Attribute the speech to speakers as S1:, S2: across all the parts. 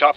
S1: Top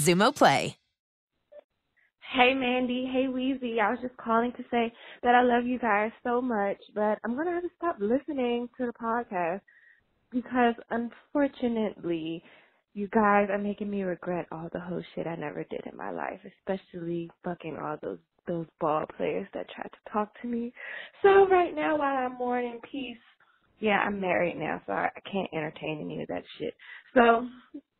S2: Zumo Play.
S3: Hey Mandy, hey Weezy. I was just calling to say that I love you guys so much, but I'm gonna have to stop listening to the podcast because unfortunately, you guys are making me regret all the whole shit I never did in my life, especially fucking all those those ball players that tried to talk to me. So right now, while I'm mourning peace, yeah, I'm married now, so I can't entertain any of that shit. So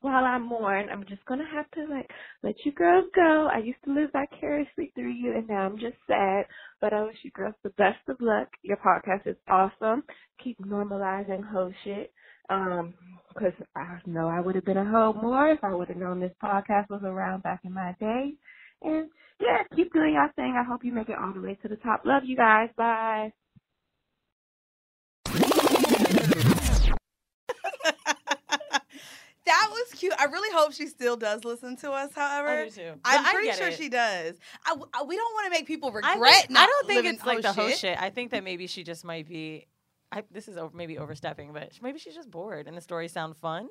S3: while I mourn, I'm just gonna have to like let you girls go. I used to live vicariously through you, and now I'm just sad. But I wish you girls the best of luck. Your podcast is awesome. Keep normalizing hoe shit, um, because I know I would have been a hoe more if I would have known this podcast was around back in my day. And yeah, keep doing your thing. I hope you make it all the way to the top. Love you guys. Bye.
S4: that was cute. I really hope she still does listen to us. However,
S5: I do too.
S4: I'm
S5: I
S4: pretty
S5: get
S4: sure
S5: it.
S4: she does. I, I- we don't want to make people regret.
S5: I, think-
S4: not
S5: I don't think
S4: living
S5: it's like the
S4: whole
S5: whole shit. I think that maybe she just might be. I, this is over, maybe overstepping, but sh- maybe she's just bored and the stories sound fun.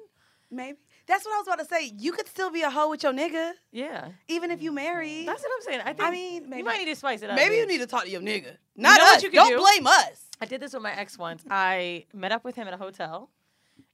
S4: Maybe that's what I was about to say. You could still be a hoe with your nigga,
S5: Yeah,
S4: even if you marry.
S5: that's what I'm saying. I, think
S4: mean, maybe-
S5: you might need to spice it up.
S4: Maybe
S5: dude.
S4: you need to talk to your nigga, not
S5: know what
S4: us.
S5: you could
S4: don't
S5: do?
S4: blame us.
S5: I did this with my ex once. I met up with him at a hotel,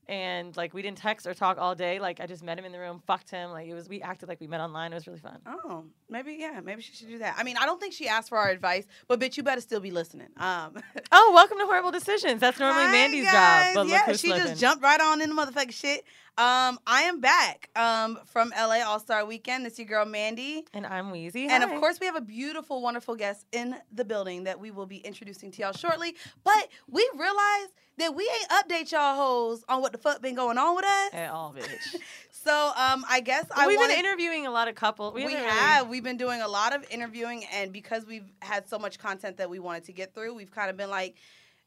S5: and like we didn't text or talk all day. Like I just met him in the room, fucked him. Like it was we acted like we met online. It was really fun.
S4: Oh, maybe yeah, maybe she should do that. I mean, I don't think she asked for our advice, but bitch, you better still be listening. Um,
S5: Oh, welcome to horrible decisions. That's normally
S4: Hi,
S5: Mandy's
S4: guys.
S5: job, but
S4: yeah,
S5: look who's
S4: she
S5: slipping.
S4: just jumped right on in the motherfucking shit. Um, I am back um, from LA All Star Weekend. It's your girl Mandy.
S5: And I'm Wheezy.
S4: And of
S5: Hi.
S4: course, we have a beautiful, wonderful guest in the building that we will be introducing to y'all shortly. But we realized that we ain't update y'all hoes on what the fuck been going on with us.
S5: at all, bitch.
S4: So um, I guess I
S5: We've
S4: wanted-
S5: been interviewing a lot of couples.
S4: we,
S5: We, haven't really-
S4: have we've been doing a lot of interviewing and because we've had so much content that we wanted to get through we've kind of been like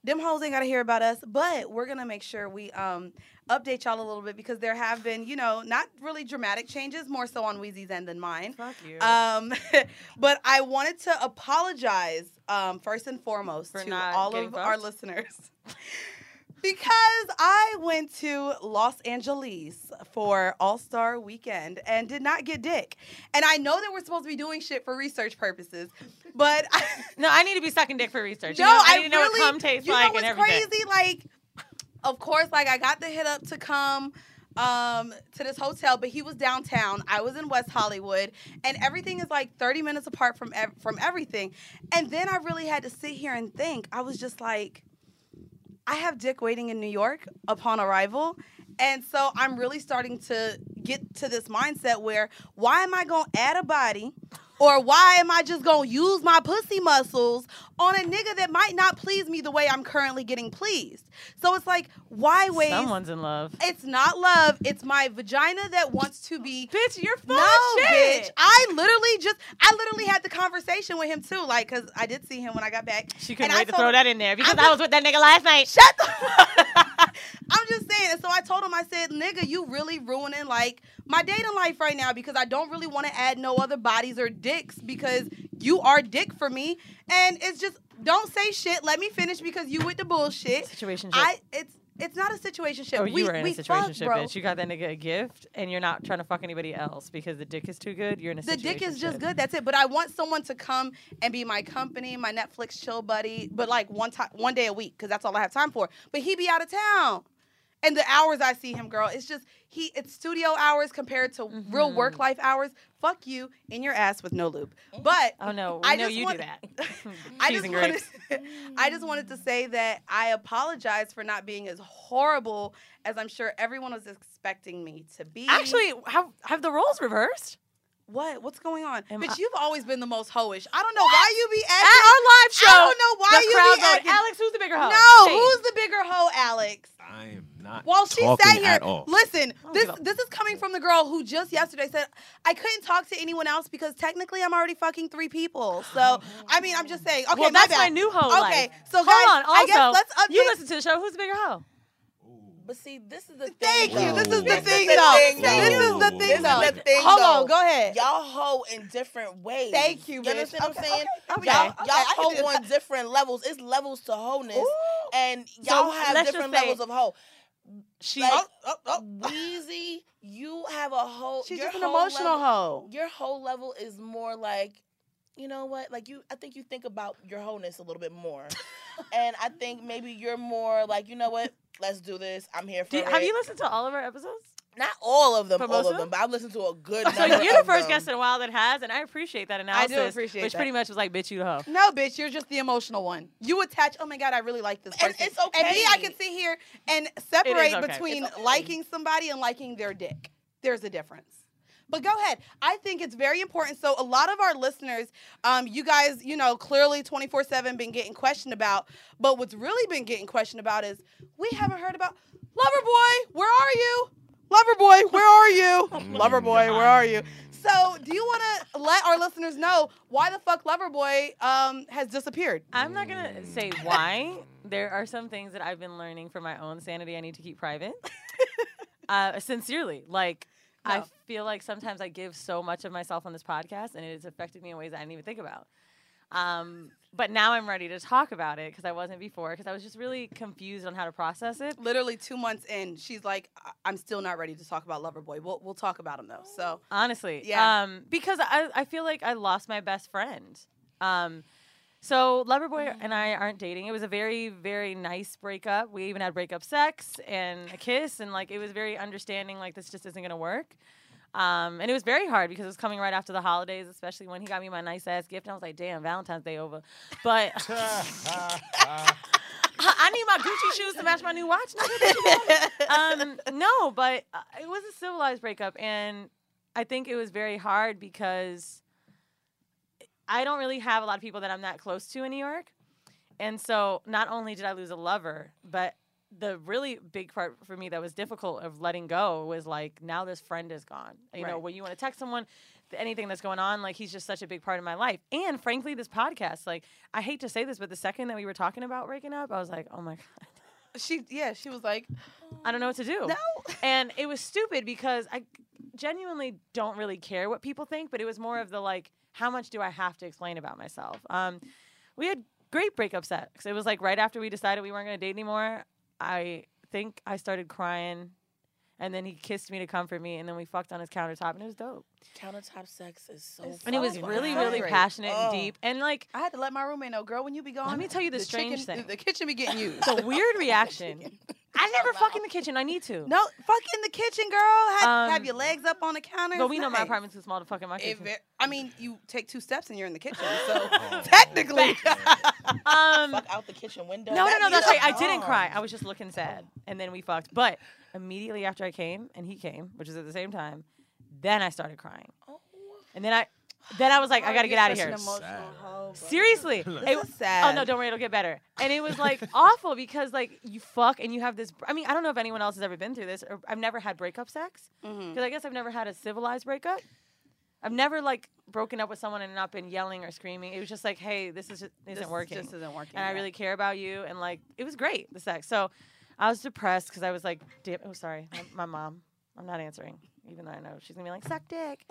S4: them hoes ain't gotta hear about us but we're gonna make sure we um update y'all a little bit because there have been you know not really dramatic changes more so on Wheezy's end than mine
S5: Fuck you.
S4: um but I wanted to apologize um first and foremost
S5: For
S4: to
S5: not
S4: all
S5: getting
S4: of our
S5: fucked?
S4: listeners because I went to Los Angeles for All Star Weekend and did not get dick. And I know that we're supposed to be doing shit for research purposes, but I,
S5: no, I need to be sucking dick for research.
S4: no,
S5: you know,
S4: I
S5: need to know
S4: really,
S5: what cum tastes
S4: you know
S5: like
S4: what's
S5: and everything.
S4: crazy? Like, of course, like I got the hit up to come um to this hotel but he was downtown i was in west hollywood and everything is like 30 minutes apart from ev- from everything and then i really had to sit here and think i was just like I have dick waiting in New York upon arrival. And so I'm really starting to get to this mindset where why am I going to add a body or why am I just going to use my pussy muscles on a nigga that might not please me the way I'm currently getting pleased? So it's like, why waste?
S5: Someone's in love.
S4: It's not love. It's my vagina that wants to be
S5: Bitch, you're full
S4: no,
S5: of shit.
S4: bitch. I literally just, I literally had the conversation with him too, like, cause I did see him when I got back.
S5: She couldn't
S4: And I
S5: wait to
S4: told
S5: throw
S4: him-
S5: that in there because
S4: I'm
S5: I
S4: just-
S5: was with that nigga last night.
S4: Shut the. I'm just saying,
S5: saying? And so I told him, I said, nigga, you really ruining like my dating life right now because I don't really want to add no other bodies or dicks because you are dick for me. And it's just don't say shit. Let me finish because you with the bullshit.
S4: Situationship.
S5: I it's it's not a situation shit.
S4: Oh, you
S5: we,
S4: were in
S5: we
S4: a situation,
S5: fuck, bro.
S4: bitch. You got that nigga a gift, and you're not trying to fuck anybody else because the dick is too good. You're in a
S5: the
S4: situation.
S5: dick is just good. That's it. But I want someone to come and be my company, my Netflix chill buddy, but like one time, one day a week, because that's all I have time for. But he be out of town, and the hours I see him, girl, it's just he. It's studio hours compared to real
S4: Mm-hmm.
S5: work life hours. Fuck you in your ass with no lube. But
S4: Oh no,
S5: I
S4: I know
S5: just
S4: you
S5: want-
S4: do that.
S5: I
S4: Cheese
S5: just
S4: and
S5: wanted,
S4: grapes.
S5: I just wanted to say that I apologize for not being as horrible as I'm sure everyone was expecting me to be.
S4: Actually, have have the roles reversed?
S5: What? What's going on?
S4: Am
S5: Bitch,
S4: I-
S5: you've always been the most hoish. I don't know why you be acting.
S4: At our live show,
S5: I don't know why
S4: the
S5: you
S4: crowd
S5: be
S4: voted,
S5: acting.
S4: Alex, who's the bigger hoe?
S5: no,
S4: Shane.
S5: who's the bigger hoe, Alex?
S6: I am not.
S5: While she
S6: Uh, talking
S5: sat here,
S6: at all.
S5: listen,
S4: don't
S5: this
S4: give a-
S5: this is coming from the girl who just yesterday said I couldn't talk to anyone else because technically I'm already fucking three people. So I mean, I'm just saying. Okay,
S4: well,
S5: my
S4: that's
S5: bad.
S4: my new hoe.
S5: Okay,
S4: life.
S5: so
S4: hold
S5: guys,
S4: on. Also,
S5: I guess let's update.
S4: you listen to the show. Who's the bigger hoe?
S7: But see, this is the
S5: Thank
S7: thing.
S5: you. This is the
S7: This is
S5: thing,
S7: the
S5: though.
S7: thing,
S5: This
S7: though.
S5: is the
S7: This
S5: thing,
S7: is
S5: though.
S7: the thing,
S5: Hold
S7: though.
S5: on, go ahead.
S7: Y'all hoe in different ways.
S5: Thank you,
S7: You
S5: bitch.
S7: understand what I'm
S5: Okay,
S7: saying?
S5: okay,
S7: y'all
S5: okay.
S7: y'all
S5: I can do
S7: hoe
S5: that.
S7: on different levels. It's levels to wholeness, and
S4: So
S7: y'all
S4: let's
S7: have
S4: just
S7: different
S4: say-
S7: levels of hoe.
S4: She.
S7: Like,
S5: oh,
S7: Wheezy, you have a whole.
S5: She's
S7: your
S5: just an
S7: whole
S5: emotional
S7: level-
S5: hoe.
S7: Your whole level is more like, you know what? Like you, I think you think about your wholeness a little bit more, and I think maybe you're more like, you know what? Let's do this. I'm here for
S4: Do-
S7: it.
S4: have you listened to all of our episodes?
S7: Not all of them,
S4: But
S7: all
S4: most
S7: of
S4: of
S7: them, but I've listened to a good.
S4: So
S7: number
S4: you're the
S7: of
S4: first
S7: them.
S4: guest in a while that has, and I appreciate that analysis.
S5: appreciate
S4: which
S5: that.
S4: pretty much was like, bitch, you the hoe.
S5: No, bitch, you're just the emotional one. You attach. Oh my god, I really like this
S7: And
S5: person.
S7: it's okay.
S5: And me, I can sit here and separate
S4: okay.
S5: between
S7: It's okay.
S5: liking somebody and liking their dick. There's a difference. But go ahead. I think it's very important. So a lot of our listeners, um, you guys, you know, clearly 24/7 been getting questioned about. But what's really been getting questioned about is we haven't heard about Lover Boy. Where are you? Lover Boy, where are you? Lover Boy, where are you? So, do you want to let our listeners know why the fuck Loverboy um, has disappeared?
S4: I'm not gonna say
S5: Mm.
S4: why. there are some things that I've been learning for my own sanity. I need to keep private. uh, sincerely, like I
S5: No.
S4: feel like sometimes I give so much of myself on this podcast, and it has affected me in ways I didn't even think about. Um, but now I'm ready to talk about it because I wasn't before because I was just really confused on how to process it.
S5: Literally two months in, she's like, "I- "I'm still not ready to talk about Loverboy." We'll we'll talk about him though. So,
S4: Honestly.
S5: Yeah.
S4: Um, because I, I feel like I lost my best friend. Um, so Loverboy and I aren't dating. It was a very, very nice breakup. We even had breakup sex and a kiss and like it was very understanding, like this just isn't gonna work. Um, and it was very hard because it was coming right after the holidays, especially when he got me my nice ass gift. And I was like, damn, Valentine's Day over. But I need my Gucci shoes to match my new watch. nigga. What you want? um, no, but uh, it was a civilized breakup, and I think it was very hard because I don't really have a lot of people that I'm that close to in New York, and so not only did I lose a lover, but the really big part for me that was difficult of letting go was like now this friend is gone. You know,
S5: Right.
S4: when you want to text someone, th- anything that's going on, like he's just such a big part of my life. And frankly, this podcast, like I hate to say this, but the second that we were talking about breaking up, I was like, oh my god.
S5: she yeah, she was like,
S4: I don't know what to do.
S5: "No."
S4: And it was stupid because I genuinely don't really care what people think, but it was more of the like, how much do I have to explain about myself? Um, we had great breakup sex. It was like right after we decided we weren't going to date anymore. I think I started crying, and then he kissed me to comfort me, and then we fucked on his countertop, and it was dope.
S7: Countertop sex is so.
S4: And it was
S7: fucking
S4: really,
S7: hot.
S4: really
S5: great.
S4: passionate
S7: Oh.
S4: and deep. And like,
S5: I had to let my roommate know, girl. When you be gone,
S4: me tell you the strange
S5: chicken-
S4: thing.
S5: The kitchen be getting used.
S4: the weird reaction. I never fuck in the kitchen. I need to.
S5: no, fuck in the kitchen, girl. Have,
S4: Um,
S5: have your legs up on the counter.
S4: But
S5: It's
S4: we know my
S5: nice.
S4: apartment's too small to fuck in my
S5: It
S4: kitchen.
S5: ver- I mean, you take two steps and you're in the kitchen. So technically,
S4: um,
S7: Fuck out the kitchen window.
S4: No, no, no.
S7: That
S4: That's
S7: is
S4: right. I didn't
S7: dumb.
S4: cry. I was just looking sad, and then we fucked. But immediately after I came, and he came, which was at the same time, then I started crying,
S7: Oh.
S4: and then I, then I was like, I gotta get out of here. Seriously, it,
S5: is sad.
S4: Oh no, don't worry, it'll get better. And it was like awful because like you fuck and you have this. I mean, I don't know if anyone else has ever been through this. Or I've never had breakup sex
S7: Mm-hmm.
S4: because I guess I've never had a civilized breakup. I've never like broken up with someone and not been yelling or screaming. It was just like, hey, this is isn't
S5: This
S4: working
S5: Just isn't working.
S4: and I
S5: yeah.
S4: really care about you. And like, it was great, the sex. So I was depressed because I was like, damn, oh, sorry, my, my mom. I'm not answering, even though I know she's gonna be like, suck dick.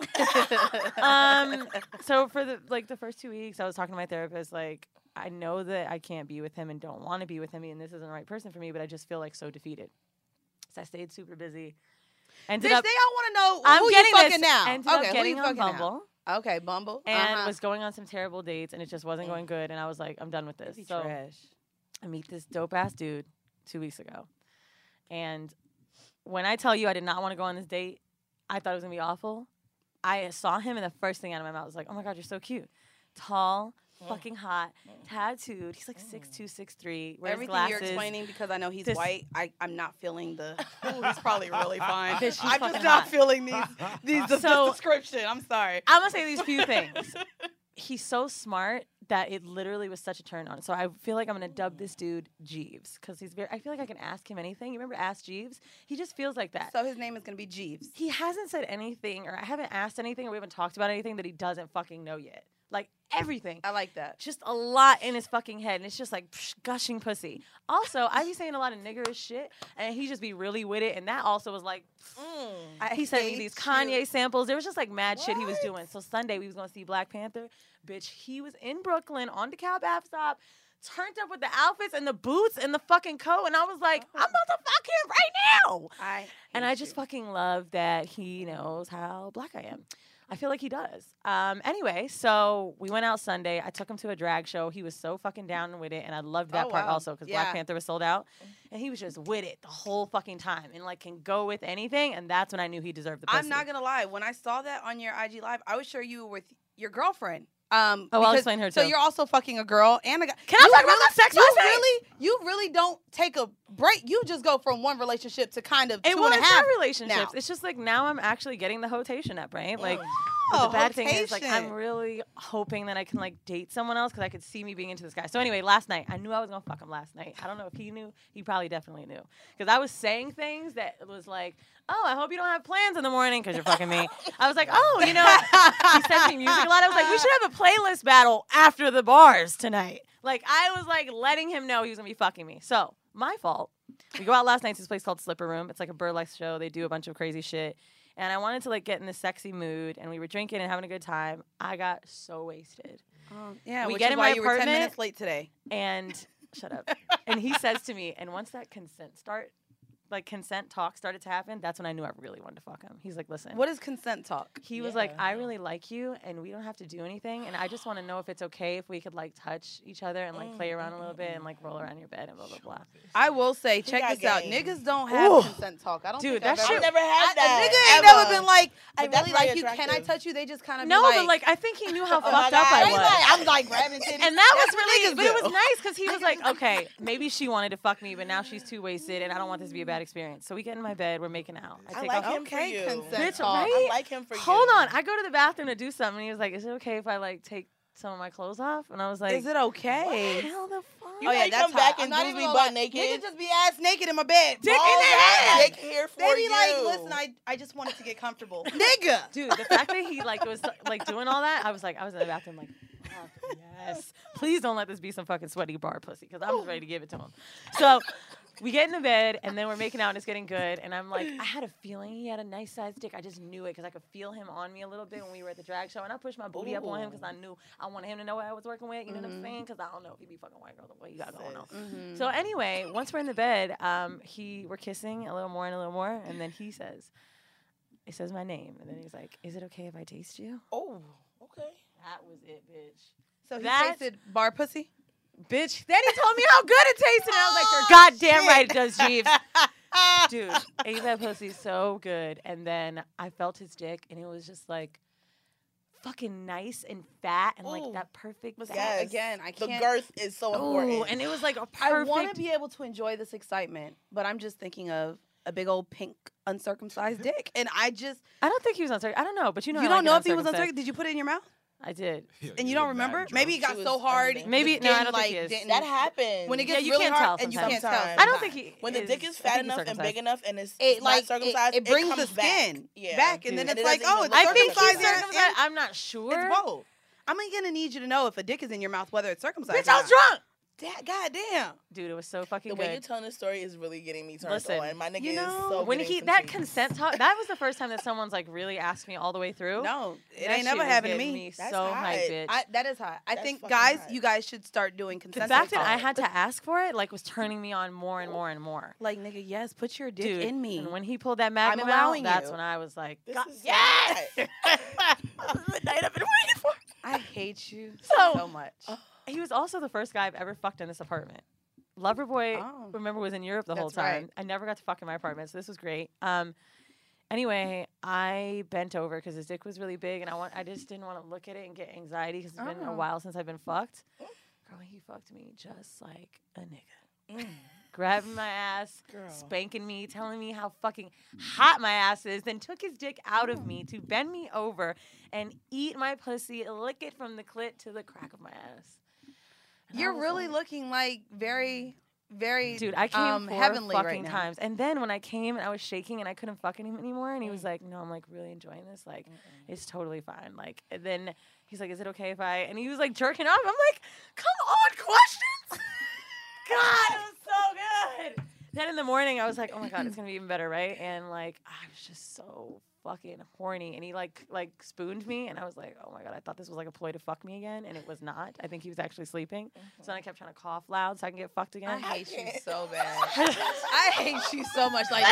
S4: um, so for the like the first two weeks, I was talking to my therapist like. I know that I can't be with him and don't want to be with him, and this isn't the right person for me. But I just feel like so defeated. So I stayed super busy. Ended
S5: Bitch,
S4: up-
S5: they all wanna
S7: Oh,
S5: know
S4: I'm
S5: who you
S4: getting
S5: fucking
S4: this.
S5: now.
S4: Ended up
S5: Okay, who
S4: getting
S5: you
S4: on
S5: fucking now?
S4: Bumble
S5: Okay, Bumble.
S4: and
S5: Uh-huh. Mm.
S4: was going on some terrible dates and it just wasn't going good and I was like, I'm done with this.
S5: Be
S4: so
S5: trash.
S4: I meet this dope ass dude two weeks ago. And when I tell you I did not want to go on this date, I thought it was gonna be awful. I saw him and the first thing out of my mouth was like, Oh my god, you're so cute. Tall,
S5: Mm.
S4: fucking hot, tattooed. He's like six two, six three, wears
S5: Everything
S4: glasses.
S5: you're explaining because I know he's
S4: This-
S5: white. I, I'm not feeling the. Ooh, he's probably really fine.
S4: Bitch, he's
S5: I'm
S4: fucking
S5: just not
S4: hot.
S5: feeling these these this
S4: So-
S5: description. I'm sorry.
S4: I'm gonna say these few things. He's so smart that it literally was such a turn on. So I feel like I'm gonna dub this dude Jeeves because he's very. I feel like I can ask him anything. You remember Ask Jeeves? He just feels like that.
S5: So his name is gonna be Jeeves.
S4: He hasn't said anything, or I haven't asked anything, or we haven't talked about anything that he doesn't fucking know yet. Like everything.
S5: I like that.
S4: Just a lot in his fucking head, and it's just like psh, gushing pussy. Also, I be saying a lot of niggerish shit, and he just be really with it, and that also was like.
S5: I
S4: he sent me
S5: Mm. hate
S4: these
S5: you.
S4: Kanye samples. There was just like mad shit he was doing. So Sunday we was gonna see Black Panther. Bitch, he was in Brooklyn on DeKalb Ave stop, turned up with the outfits and the boots and the fucking coat, and I was like, I'm about to fuck him right now.
S5: Uh-huh. I
S4: and I just fucking love that he knows how black I am. I feel like he does. Um, anyway, so we went out Sunday. I took him to a drag show. He was so fucking down with it, and I loved that
S5: Oh,
S4: part
S5: wow.
S4: also because
S5: Yeah. Mm-hmm.
S4: Black Panther was sold out, and he was just with it the whole fucking time, and like can go with anything. And that's when I knew he deserved the. Pussy.
S5: I'm not gonna lie. When I saw that on your IG live, I was sure you were with your girlfriend. Um,
S4: Oh, I'll
S5: because-
S4: explain her
S5: So
S4: too.
S5: you're also fucking a girl and a guy.
S4: Can I talk about
S5: really-
S4: the sex
S5: You
S4: last night?
S5: really, you really don't take a break. You just go from one relationship to kind of
S4: It
S5: two and a half
S4: relationships.
S5: now.
S4: It's just like now I'm actually getting the hotation up, right? Like
S5: Oh,
S4: the bad thing is like I'm
S5: hotation.
S4: really hoping that I can like date someone else because I could see me being into this guy. So anyway, last night I knew I was gonna fuck him last night. I don't know if he knew. He probably definitely knew because I was saying things that was like, "Oh, I hope you don't have plans in the morning because you're fucking me." I was like, "Oh, you know," he sent me music a lot. I was like, "We should have a playlist battle after the bars tonight." Like I was like letting him know he was gonna be fucking me. So my fault. We go out last night to this place called Slipper Room. It's like a burlesque show. They do a bunch of crazy shit. And I wanted to like get in this sexy mood, and we were drinking and having a good time. I got so wasted,
S5: Um, yeah,
S4: We
S5: which
S4: get
S5: is
S4: in
S5: why
S4: my
S5: you were ten
S4: apartment.
S5: minutes late today.
S4: and shut up. And he says to me, and once that consent start, like consent talk started to happen, that's when I knew I really wanted to fuck him. He's like, listen,
S5: What is consent talk?
S4: he was like, I really like you, and we don't have to do anything, and I just want to know if it's okay if we could like touch each other and like
S7: Mm,
S4: play around a little bit and like roll around your bed and blah blah blah.
S5: I will say, check
S7: got
S5: this out.
S7: game.
S5: Niggas don't have
S4: Ooh.
S5: consent talk. I don't
S4: Dude,
S5: think I've
S4: that
S5: ever-
S4: shit-
S7: I've never had
S5: I-
S7: that.
S5: a nigga ain't
S7: ever.
S5: never been like, I
S7: But that's
S5: really
S7: very
S5: like you. Can I
S7: attractive.
S5: touch you? They just kind of
S4: No,
S5: be like,
S4: but like I think he knew how
S5: oh my
S4: fucked up
S5: God.
S4: I
S5: They
S4: was.
S5: like- I'm like grabbing titties.
S4: And that was
S5: That's what
S4: really,
S5: niggas
S4: but it
S5: do.
S4: was nice because he was like, okay, maybe she wanted to fuck me, but now she's too wasted, and I don't want this to be a bad experience. So we get in my bed, we're making out.
S7: I
S4: take
S7: like
S4: off-
S7: him for
S5: Okay,
S7: you.
S5: consent
S4: Bitch,
S5: talk.
S4: right?
S7: I like him for you.
S4: Hold on, I go to the bathroom to do something, and he was like, is it okay if I like take some of my clothes off? And I was like,
S5: Is it okay?
S4: Hell the fuck.
S5: Oh,
S7: You can't come back and
S5: not
S7: do
S5: even
S7: me
S5: gonna
S7: butt
S5: lie.
S7: naked.
S5: Niggas just be ass naked in my bed.
S4: Dick in
S5: Balls
S4: their
S5: out.
S4: hand.
S7: Dick here for
S5: They be
S7: you.
S5: like, listen, I, I just wanted to get comfortable. Nigga.
S4: Dude, the fact that he like was like doing all that, I was like, I was in the bathroom like, fuck yes, please don't let this be some fucking sweaty bar pussy because I'm just ready to give it to him. So we get in the bed and then we're making out and it's getting good and I'm like, I had a feeling he had a nice sized dick. I just knew it because I could feel him on me a little bit when we were at the drag show and I pushed my booty up on him because I knew I wanted him to know what I was working with. You know what I'm
S5: Mm-hmm.
S4: saying? Because I don't know if he be fucking white girl the way you got going on. So anyway, once we're in the bed, um, he we're kissing a little more and a little more, and then he says, "It says my name," and then he's like, "Is it okay if I taste you?"
S7: oh, okay.
S4: That was it, bitch.
S5: So he
S4: That-
S5: tasted bar pussy.
S4: Bitch. Then he told me how good it tasted, and I was like, "You're goddamn right, it does, Jeeves." Dude, ate that pussy so good, and then I felt his dick, and it was just like. Fucking nice and fat and like
S7: Ooh.
S4: that perfect.
S5: Was
S4: fat.
S5: that
S7: Yes.
S5: again, I
S7: The
S5: can't-
S7: girth is so
S4: Ooh,
S7: important.
S4: and it was like a
S5: I
S4: perfect.
S5: want to be able to enjoy this excitement, but I'm just thinking of a big old pink uncircumcised dick, and I just
S4: I don't think he was uncircumcised. I don't know, but you know,
S5: you
S4: I
S5: don't
S4: like
S5: know
S4: an
S5: if he was
S4: uncircumcised.
S5: uncircumcised. Did you put it in your mouth?
S4: I did.
S5: And you don't remember? Maybe it got
S7: She
S5: so
S7: was
S5: hard.
S7: under.
S5: the
S4: Maybe- no, I
S5: skin,
S4: don't think he is.
S5: didn't-
S7: that happens.
S5: When it gets
S4: you
S5: really
S4: can't
S5: hard
S4: tell
S5: and you can't tell.
S7: sometimes.
S4: I don't think he.
S7: when the dick
S4: is-
S7: is fat
S4: I think he's
S7: enough and
S4: circumcised.
S7: big enough and it's
S5: It,
S7: it's
S5: like, it-
S7: not circumcised,
S5: it brings the
S7: comes back.
S5: skin
S7: yeah.
S5: back, and then
S7: Dude,
S5: it's
S7: it
S5: like,
S7: doesn't
S5: oh,
S7: even
S5: it's
S4: I
S7: look
S4: think he's
S5: circumcised
S7: circumcised.
S5: circumcised.
S4: circumcised. I'm not sure.
S5: It's both. I'm gonna need you to know if a dick is in your mouth, whether it's circumcised.
S4: Bitch,
S5: or
S4: I
S5: not.
S4: was drunk.
S5: Da- God damn.
S4: Dude, it was so fucking
S6: The
S4: good.
S6: way you're telling the story is really getting me turned
S4: Listen,
S6: on. My nigga
S4: you
S6: is so
S4: when
S6: getting
S4: he that consent talk that was the first time that someone's like really asked me all the way through.
S5: No, it
S4: That
S5: ain't never
S4: shit was
S5: happened to
S4: getting
S5: me.
S4: so hyped, bitch.
S5: I, that is hot. I
S4: That's
S5: think
S4: fucking
S5: guys, you guys should start doing
S4: the
S5: consensus.
S4: fact that I
S5: calls.
S4: had to ask for it like was turning me on more and more and more.
S5: like nigga, yes, put your dick
S4: Dude,
S5: in me.
S4: And when he pulled that magnum
S5: allowing
S4: out, that's
S5: you.
S4: when I was like,
S5: This
S4: God,
S5: is so
S4: yes!
S5: I hate you
S4: so,
S5: much.
S4: He was also the first guy I've ever fucked in this apartment. Loverboy,
S5: Oh.
S4: remember, was in Europe the whole
S5: That's right.
S4: time. I never got to fuck in my apartment, so this was great. Um, anyway, I bent over because his dick was really big, and I want, I just didn't want to look at it and get anxiety because it's been a
S5: Oh.
S4: while since I've been fucked. Girl, he fucked me just like a nigga.
S5: Mm.
S4: Grabbing my ass, spanking me, telling me how fucking hot my ass is, then took his dick out of me to bend me over and eat my pussy, lick it from the clit to the crack of my ass. And I
S5: You're
S4: was "Mm."
S5: really looking like very, very
S4: Dude, I came
S5: um,
S4: four
S5: heavenly
S4: fucking
S5: right now.
S4: times. And then when I came and I was shaking and I couldn't fuck him anymore, and he
S5: Mm.
S4: was like, "No, I'm like really enjoying this. Like, it's totally fine." Like, and then he's like, "Is it okay if I?" And he was like jerking off. I'm like, "Come on, questions." God, it was so good. Then in the morning, I was like, "Oh my god, it's gonna be even better, right?" And like, I was just so fucking horny. And he like like spooned me, and I was like, "Oh my god, I thought this was like a ploy to fuck me again," and it was not. I think he was actually sleeping. So then I kept trying to cough loud so I can get fucked again.
S5: Mm-hmm. I hate you so bad. I hate you so much. Like,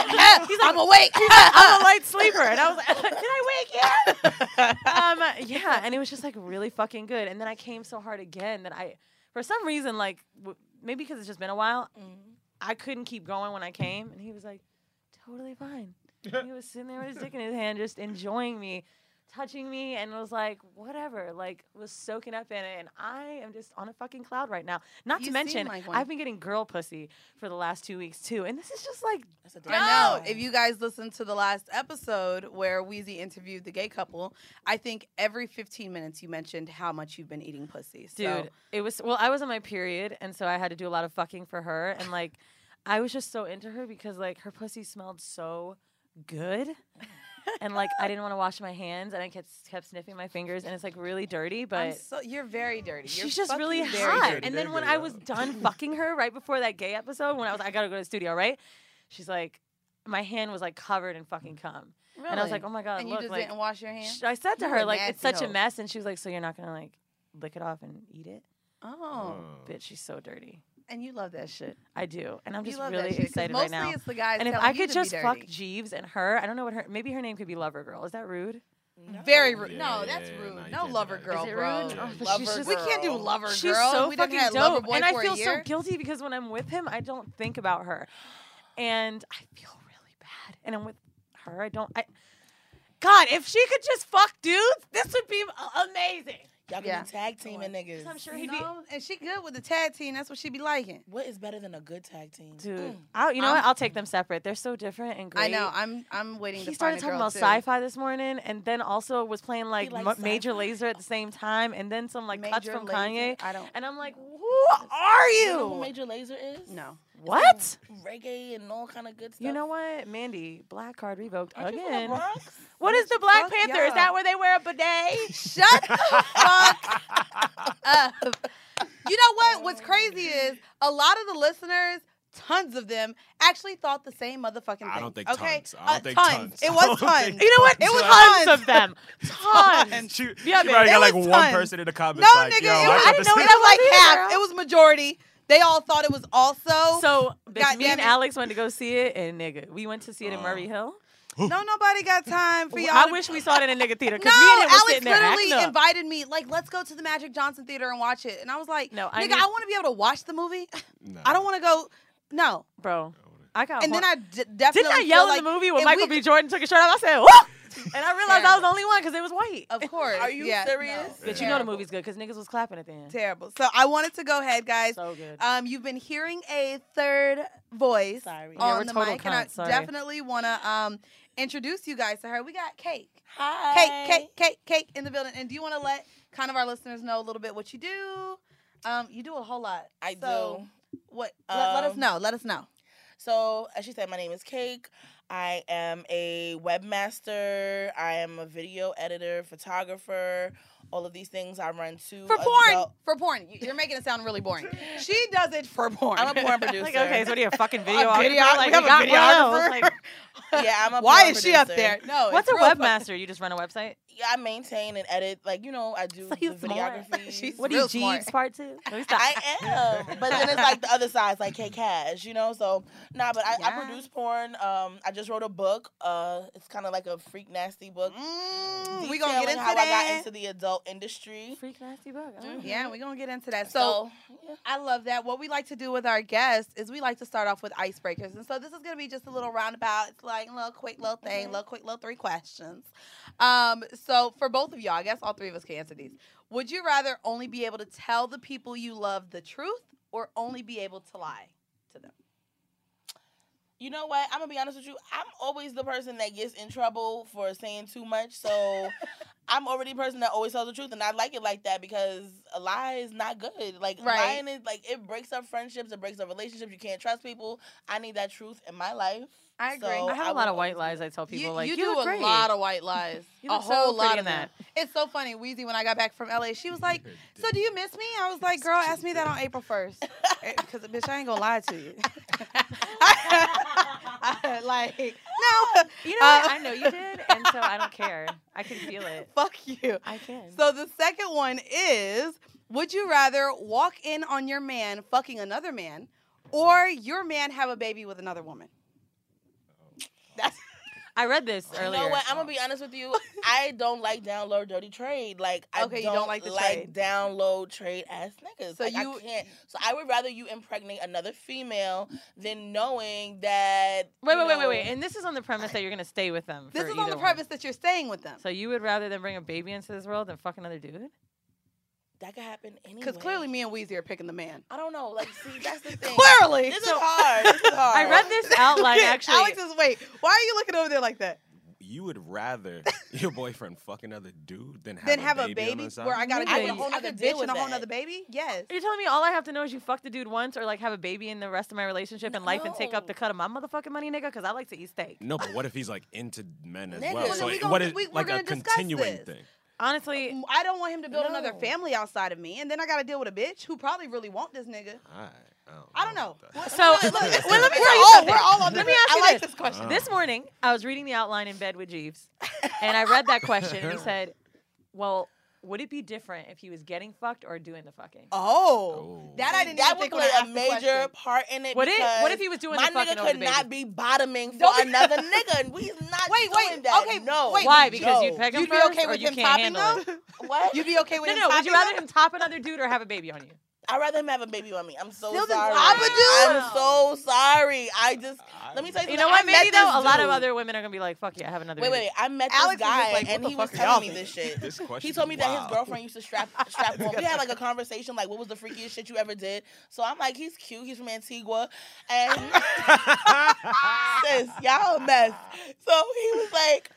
S4: He's
S5: I'm awake.
S4: I'm a light sleeper. And I was like, did I wake you? um, yeah, and it was just like really fucking good. And then I came so hard again that I, for some reason, like w- maybe because it's just been a while, I couldn't keep going when I came. And he was like, totally fine. he was sitting there with his dick in his hand, just enjoying me, touching me, and was like, whatever, like was soaking up in it. And I am just on a fucking cloud right now. Not
S5: You
S4: to
S5: seem
S4: mention,
S5: like one.
S4: I've been getting girl pussy for the last two weeks too. And this is just like,
S5: I know. If you guys listened to the last episode where Wheezy interviewed the gay couple, I think every 15 minutes you mentioned how much you've been eating pussy. So.
S4: Dude, it was well, I was on my period and so I had to do a lot of fucking for her and like I was just so into her because like her pussy smelled so good. and like I didn't want to wash my hands and I kept kept sniffing my fingers and it's like really dirty,
S5: I'm
S4: but
S5: so, you're very dirty. You're
S4: She's just
S5: fucking
S4: really
S5: very
S4: hot.
S5: dirty.
S4: And then when I was done fucking her right before that gay episode, when I was I gotta go to the studio, right? She's like, my hand was like covered in fucking cum, and I
S5: Mm. Really?
S4: was like, oh my god,
S5: And you
S4: look,
S5: just
S4: like,
S5: didn't wash your hands?
S4: Sh- I said to
S5: You
S4: her
S5: a
S4: like, it's
S5: nasty
S4: such a
S5: hoe.
S4: mess, and she was like, so you're not gonna like lick it off and eat it?
S5: Oh.
S4: bitch, she's so dirty.
S5: And you love that shit.
S4: I do, and I'm
S5: You
S4: just
S5: love that
S4: really
S5: shit, 'cause
S4: excited right
S5: mostly
S4: now.
S5: it's the guys
S4: and if
S5: telling
S4: I
S5: you
S4: could
S5: to be
S4: just fuck
S5: dirty.
S4: Jeeves and her, I don't know what her. Maybe her name could be Lover Girl. Is that rude?
S5: Very rude. no, that's rude. no lover girl,
S4: Is it
S5: bro.
S4: rude? Oh, but
S5: Lover
S4: she's just-
S5: we can't do lover
S4: She's
S5: girl.
S4: so
S5: we didn't
S4: fucking
S5: have lover
S4: dope,
S5: boy
S4: and I
S5: for a
S4: feel so
S5: year.
S4: guilty because when I'm with him, I don't think about her, and I feel really bad. And I'm with her, I don't. I God, if she could just fuck dudes, this would be a- amazing.
S6: Y'all can
S5: Yeah.
S6: be tag teaming niggas.
S4: I'm sure he'd be.
S5: No, and she good with the tag team. That's what she be liking.
S6: What is better than a good tag team?
S4: Dude,
S6: Mm.
S4: I'll, you know
S5: I'm-
S4: what? I'll take them separate. They're so different and
S5: Um,
S4: great.
S5: I know. I'm I'm waiting.
S4: he
S5: to
S4: started
S5: find
S4: talking
S5: a girl
S4: about
S5: too.
S4: sci-fi this morning, and then also was playing like
S6: likes
S4: Ma-
S6: sci-fi?
S4: Major Laser at the same time, and then some like cuts
S5: Major
S4: from
S5: Lazer?
S4: Kanye.
S5: I don't-
S4: And I'm like, who are
S6: You know who
S4: you?
S6: Major Laser is?
S5: No.
S4: What?
S6: Reggae and all kind of good stuff.
S4: You know what, Mandy? Black card revoked
S6: Aren't you from the
S4: again.
S6: Bronx?
S4: What is the Black
S5: Fuck
S4: Panther? Is
S5: yeah.
S4: that where they wear a bidet?
S5: Shut the fuck up. You know what?
S6: Oh,
S5: What's crazy is a lot of the listeners, tons of them, actually thought the same motherfucking thing.
S8: I don't think
S5: okay?
S8: tons. I don't
S5: Uh,
S8: think tons.
S5: It
S8: I
S5: was
S8: don't
S5: tons.
S8: think
S4: you know what?
S5: It was
S4: tons,
S5: tons.
S4: of them. Tons.
S8: She, she
S4: Yeah, babe.
S8: probably
S5: It
S8: got like
S5: was
S8: one
S5: tons.
S8: person in the
S5: No,
S8: comments.
S5: nigga,
S8: like, Yo,
S5: it
S8: I
S5: was,
S8: thought
S5: I
S8: this
S5: didn't
S8: was-
S5: know it was like
S4: either,
S5: half.
S4: girl.
S5: It was majority. They all thought it was also.
S4: So bitch,
S5: God
S4: me
S5: damn
S4: and
S5: it.
S4: Alex went to go see it, and nigga, we went to see it in Murray Hill.
S5: no, nobody got time for y'all.
S4: I
S5: to-
S4: wish we saw it in a nigga theater
S5: No,
S4: because me and it was
S5: Alex
S4: sitting there
S5: literally
S4: acting up.
S5: invited me, like, let's go to the Magic Johnson Theater and watch it. And I was like,
S4: No,
S5: no,
S4: I
S5: nigga,
S4: need-
S5: I want to be able to watch the movie. I don't want to go. No.
S4: bro. I got.
S5: And then
S4: hor-
S5: I d- definitely
S4: didn't I yell
S5: feel
S4: in the
S5: like
S4: movie when
S5: if
S4: Michael
S5: we-
S4: B. Jordan took his shirt off. I said, "Whoa!" and I realized I was the
S5: Terrible.
S4: only one because it was white.
S5: Of course.
S6: Are you
S5: yeah, no.
S6: serious?
S4: But you know the
S5: Terrible.
S4: movie's good because niggas was clapping at the end.
S5: Terrible. So I wanted to go ahead, guys.
S4: So good.
S5: Um, you've been hearing a third voice
S6: Sorry. Yeah,
S5: on
S4: we're
S5: the
S4: total
S5: mic, and I
S4: cunts. Sorry.
S5: definitely want to um introduce you guys to her. We got Cake,
S6: Hi.
S5: Cake, Cake, Cake, Cake in the building. And do you want to let kind of our listeners know a little bit what you do? Um, you do a whole lot.
S6: I
S5: so
S6: do.
S5: What? let, let us
S6: Um,
S5: know. Let us know.
S6: So, as she said, my name is Cake. I am a webmaster. I am a video editor, photographer,
S4: all of these things. I run two
S5: For porn.
S4: adult-
S5: For porn. You- You're making it sound really boring. She does it for porn.
S4: I'm a porn producer.
S8: Like, okay, so what are you, a fucking
S5: video-
S8: videographer?
S5: we
S8: like,
S5: have a
S8: got one of
S5: videographer.
S8: those, like,
S4: yeah, I'm a
S5: Why
S4: porn
S5: is she up
S4: producer.
S5: there? No,
S8: what's a
S5: it's real fucking-
S8: webmaster? You just run a website?
S4: Yeah, I maintain and edit. Like you know, I do the
S8: smart.
S4: videography.
S5: She's
S8: What do
S5: real
S8: you,
S5: smart.
S8: Jeeves part two? Let me stop.
S4: I am, but then it's like the other side's like, hey, cash, you know. So nah, but I,
S5: Yeah.
S4: I produce porn. Um, I just wrote a book. Uh, it's kind of like a freak nasty book.
S5: Mm, we gonna get
S4: detailing
S5: into
S4: how I
S5: that.
S4: got into the adult industry.
S8: Freak nasty bug. I don't know.
S5: yeah, we're gonna get into that. So
S4: So, yeah.
S5: I love that. What we like to do with our guests is we like to start off with icebreakers. And so this is gonna be just a little roundabout. It's like a little quick little thing,
S6: Mm-hmm.
S5: little quick little three questions. Um, so for both of y'all, I guess all three of us can answer these. Would you rather only be able to tell the people you love the truth or only be able to lie to them?
S4: You know what? I'm gonna be honest with you. I'm always the person that gets in trouble for saying too much. So I'm already the person that always tells the truth, and I like it like that because a lie is not good. Like
S5: Right.
S4: lying is like it breaks up friendships, it breaks up relationships. You can't trust people. I need that truth in my life.
S5: I agree.
S4: So
S5: I
S8: I have a
S4: would
S8: lot of
S4: always
S8: white lies I tell people.
S5: you,
S8: like,
S5: you
S8: you,
S5: do
S8: look
S5: a
S8: great.
S5: lot of white lies.
S8: You
S5: a
S8: look so
S5: whole
S8: pretty
S5: lot
S8: in
S5: of them.
S8: that.
S5: It's so funny. Weezy, when I got back from LA, she was like, "So do you miss me?" I was like, "Girl, ask me that on April 1st. because bitch, I ain't gonna lie to you." like, no,
S8: You know what?
S5: Uh,
S8: I know you did, and so I don't care. I can feel it.
S5: fuck you.
S8: I can.
S5: So the second one is: Would you rather walk in on your man fucking another man, or your man have a baby with another woman? That's
S8: I read this
S4: You
S8: earlier.
S4: know what? I'm gonna be honest with you. I don't like download dirty trade. Like I
S5: Okay, you
S4: don't,
S5: don't like the trade.
S4: download trade ass niggas.
S5: So
S4: So
S5: you-
S4: I can't. So I would rather you impregnate another female than knowing that.
S8: Wait,
S4: you
S8: wait, wait, wait, wait.
S4: know-
S8: And this is on the premise that you're gonna stay with them.
S5: this
S8: for
S5: is on
S8: either
S5: the
S8: one.
S5: premise that you're staying with them.
S8: So you would rather them bring a baby into this world than fuck another dude?
S4: that could happen anyway.
S5: Because clearly, me and Weezy are picking the man.
S4: I don't know. Like, see, that's the thing.
S5: Clearly.
S4: this is hard. This is hard.
S8: I read this outline actually.
S5: Alex is wait. Why are you looking over there like that?
S6: You would rather your boyfriend fuck another dude than have,
S5: then
S6: a,
S5: have
S6: baby
S5: a baby
S6: on the side?
S5: where I gotta
S8: I
S5: deal with a
S8: could-
S5: whole
S4: I
S5: nother
S4: could deal
S5: bitch and a
S4: with
S5: whole
S4: that.
S5: nother baby? Yes.
S8: You're telling me all I have to know is you fuck the dude once, or like have a baby in the rest of my relationship and life, and take up
S4: No.
S8: the cut of my motherfucking money, nigga? Because I like to eat steak.
S6: No, but what if he's like into men as
S4: Nigga,
S6: well?
S4: well,
S6: So
S4: we
S6: it-
S5: gonna-
S6: what is
S5: we- we're
S6: like
S5: gonna
S6: a
S5: discuss
S6: continuing
S5: this.
S6: thing?
S8: Honestly,
S5: Uh, I don't want him to build another
S4: No.
S5: family outside of me, and then I gotta deal with a bitch who probably really want this nigga.
S6: I, don't
S5: I don't know. What-
S8: So-
S5: look, look,
S8: Well,
S5: we're
S8: let me tell you
S5: all
S8: something.
S5: we're all on
S8: Let
S5: this.
S8: me ask
S5: I
S8: you
S5: like
S8: this.
S5: this question.
S6: Uh.
S8: This morning, I was reading the outline in bed with Jeeves, and I read that question, and he said, "Well, would it be different if he was getting fucked or doing the fucking?"
S5: Oh,
S6: Oh.
S5: that I didn't
S4: That
S5: even
S4: would
S5: think
S4: play
S5: when I
S4: a
S5: asked the
S4: major
S5: question.
S4: part in it.
S8: What if- what if
S4: because
S8: he was doing the
S4: my
S8: fucking
S4: nigga
S8: over
S4: could
S8: the
S4: not
S8: baby?
S4: be bottoming for
S5: Don't be-
S4: another nigga, and we's not
S5: Wait, wait,
S4: doing that.
S5: okay,
S4: no.
S5: wait,
S8: Why? Because
S4: No.
S8: you'd peg him
S5: You'd be
S8: first,
S5: okay
S8: or
S5: with
S8: you
S5: him
S8: can't
S5: topping
S8: handle
S5: though?
S8: it.
S4: what?
S5: You'd be okay with
S8: No,
S5: him
S8: no. Would
S5: topping
S8: you rather
S5: though?
S8: him top another dude or have a baby on you?
S4: I'd rather him have a baby on me. I'm so
S5: Still the
S4: sorry.
S5: Abba dude?
S4: I'm so sorry. I just let me tell you.
S8: You know
S4: something.
S8: what?
S4: I met
S8: Maybe though,
S4: this
S8: a lot of
S4: dude.
S8: other women are gonna be like, "Fuck yeah, have another."
S4: Wait, wait,
S8: baby.
S4: wait. I met
S5: Alex
S4: this
S5: was just
S4: guy
S5: like, what
S4: and
S5: the
S4: he
S5: fuck
S4: was
S5: are y'all
S4: telling me
S5: thinking?
S4: this shit.
S6: This
S4: He
S6: question-
S4: told me that
S6: wow.
S4: his girlfriend used to strap strap on. We had like a conversation, like what was the freakiest shit you ever did. So I'm like, he's cute. He's from Antigua, and sis, y'all a mess. So he was like,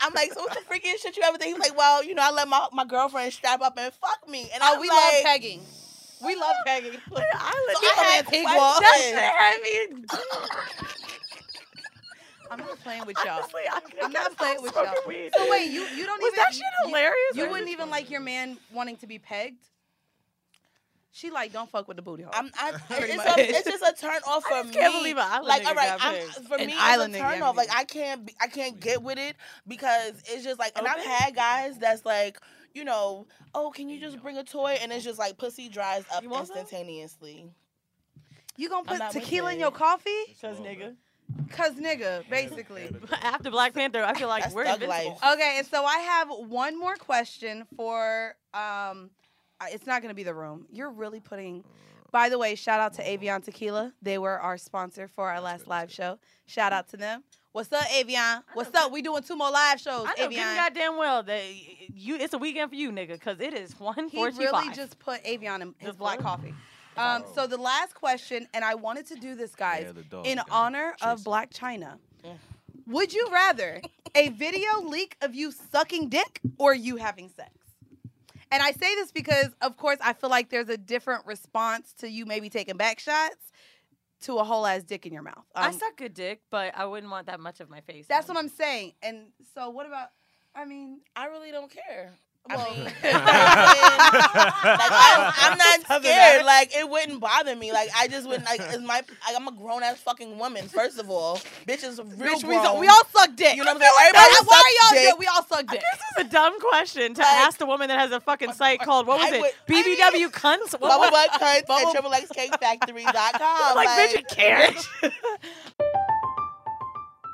S4: I'm like, so what's the freakiest shit you ever did? He was like, well, you know, I let my, my girlfriend strap up and fuck me, and I
S5: Oh,
S4: was
S5: we love
S4: like,
S5: pegging. We love pegging.
S4: I, so
S5: You from
S4: I had
S5: Antigua.
S4: questions.
S8: I mean,
S5: I'm not playing with y'all.
S4: Honestly, I could've
S5: I'm not
S4: guessed I
S5: playing
S4: was
S5: with y'all.
S4: smoking weed.
S5: So wait, you you don't
S8: was
S5: even
S8: that shit
S5: you-
S8: hilarious?
S5: You wouldn't even like your man wanting to be pegged. She like don't fuck with the booty hole.
S4: I'm, I,
S5: Pretty
S4: it's,
S5: much.
S4: a, it's just a turn off for
S8: just
S4: me.
S8: can't believe an island
S4: like,
S8: nigga
S4: all right,
S8: got
S4: I'm,
S8: picked.
S4: for
S5: An
S4: me,
S5: island
S4: it's
S5: nigga
S4: a turn
S5: got
S4: off. Like,
S5: picked.
S4: I can't, be, I can't get with it because it's just like, and I've
S8: Okay.
S4: had guys that's like, you know, oh, can you just bring a toy? And it's just like pussy dries up
S8: You want some?
S4: instantaneously.
S5: you gonna
S4: I'm
S5: put
S4: not with
S5: tequila in
S4: it.
S5: your coffee?
S8: because nigga.
S5: Cause nigga, basically.
S8: After Black Panther, I feel like
S4: That's
S8: we're
S4: thug
S8: invincible.
S4: life.
S5: Okay, and so I have one more question for um I- it's not gonna be the room. You're really putting by the way, shout out to Avion Tequila. They were our sponsor for our last live show. Shout out to them. What's up, Avion? What's up? We doing two more live shows,
S8: I know good and
S5: Avion.
S8: goddamn well that you it's a weekend for you, nigga, because it is one
S5: He
S8: forty-five.
S5: really just put Avion in his
S8: Just
S5: black
S8: blue?
S5: coffee. Um, so the last question, and I wanted to do this, guys,
S6: Yeah, the dog
S5: in
S6: gotta
S5: honor of
S6: chase it.
S5: Black China. Would you rather a video leak of you sucking dick or you having sex? And I say this because, of course, I feel like there's a different response to you maybe taking back shots to a whole ass dick in your mouth.
S8: I
S5: Um,
S8: suck good dick, but I wouldn't want that much of my face.
S5: That's what I'm saying. And so, what about? I mean,
S4: I really don't care.
S9: I mean, like, I, I'm not
S10: Doesn't
S9: scared.
S10: matter.
S9: Like it wouldn't bother me. Like I just wouldn't. Like it's my. Like, I'm a grown ass fucking woman. First of all, bitches, real
S4: Bitch, we
S9: grown.
S4: so- we all suck dick.
S9: You know what
S4: I
S9: I'm
S4: feel
S9: saying?
S4: like
S9: Everybody
S4: that- why
S9: sucks
S4: are y'all
S9: dick.
S4: good? We all suck dick.
S11: This is a dumb question to ask the woman that has a fucking site called what was
S9: I
S11: it?
S9: would-
S11: BBW cunts. What,
S9: Bubble
S11: what,
S9: butt cunts
S11: Bubble-
S9: at triplexcakefactory.com.
S11: Like, bitch, you can't.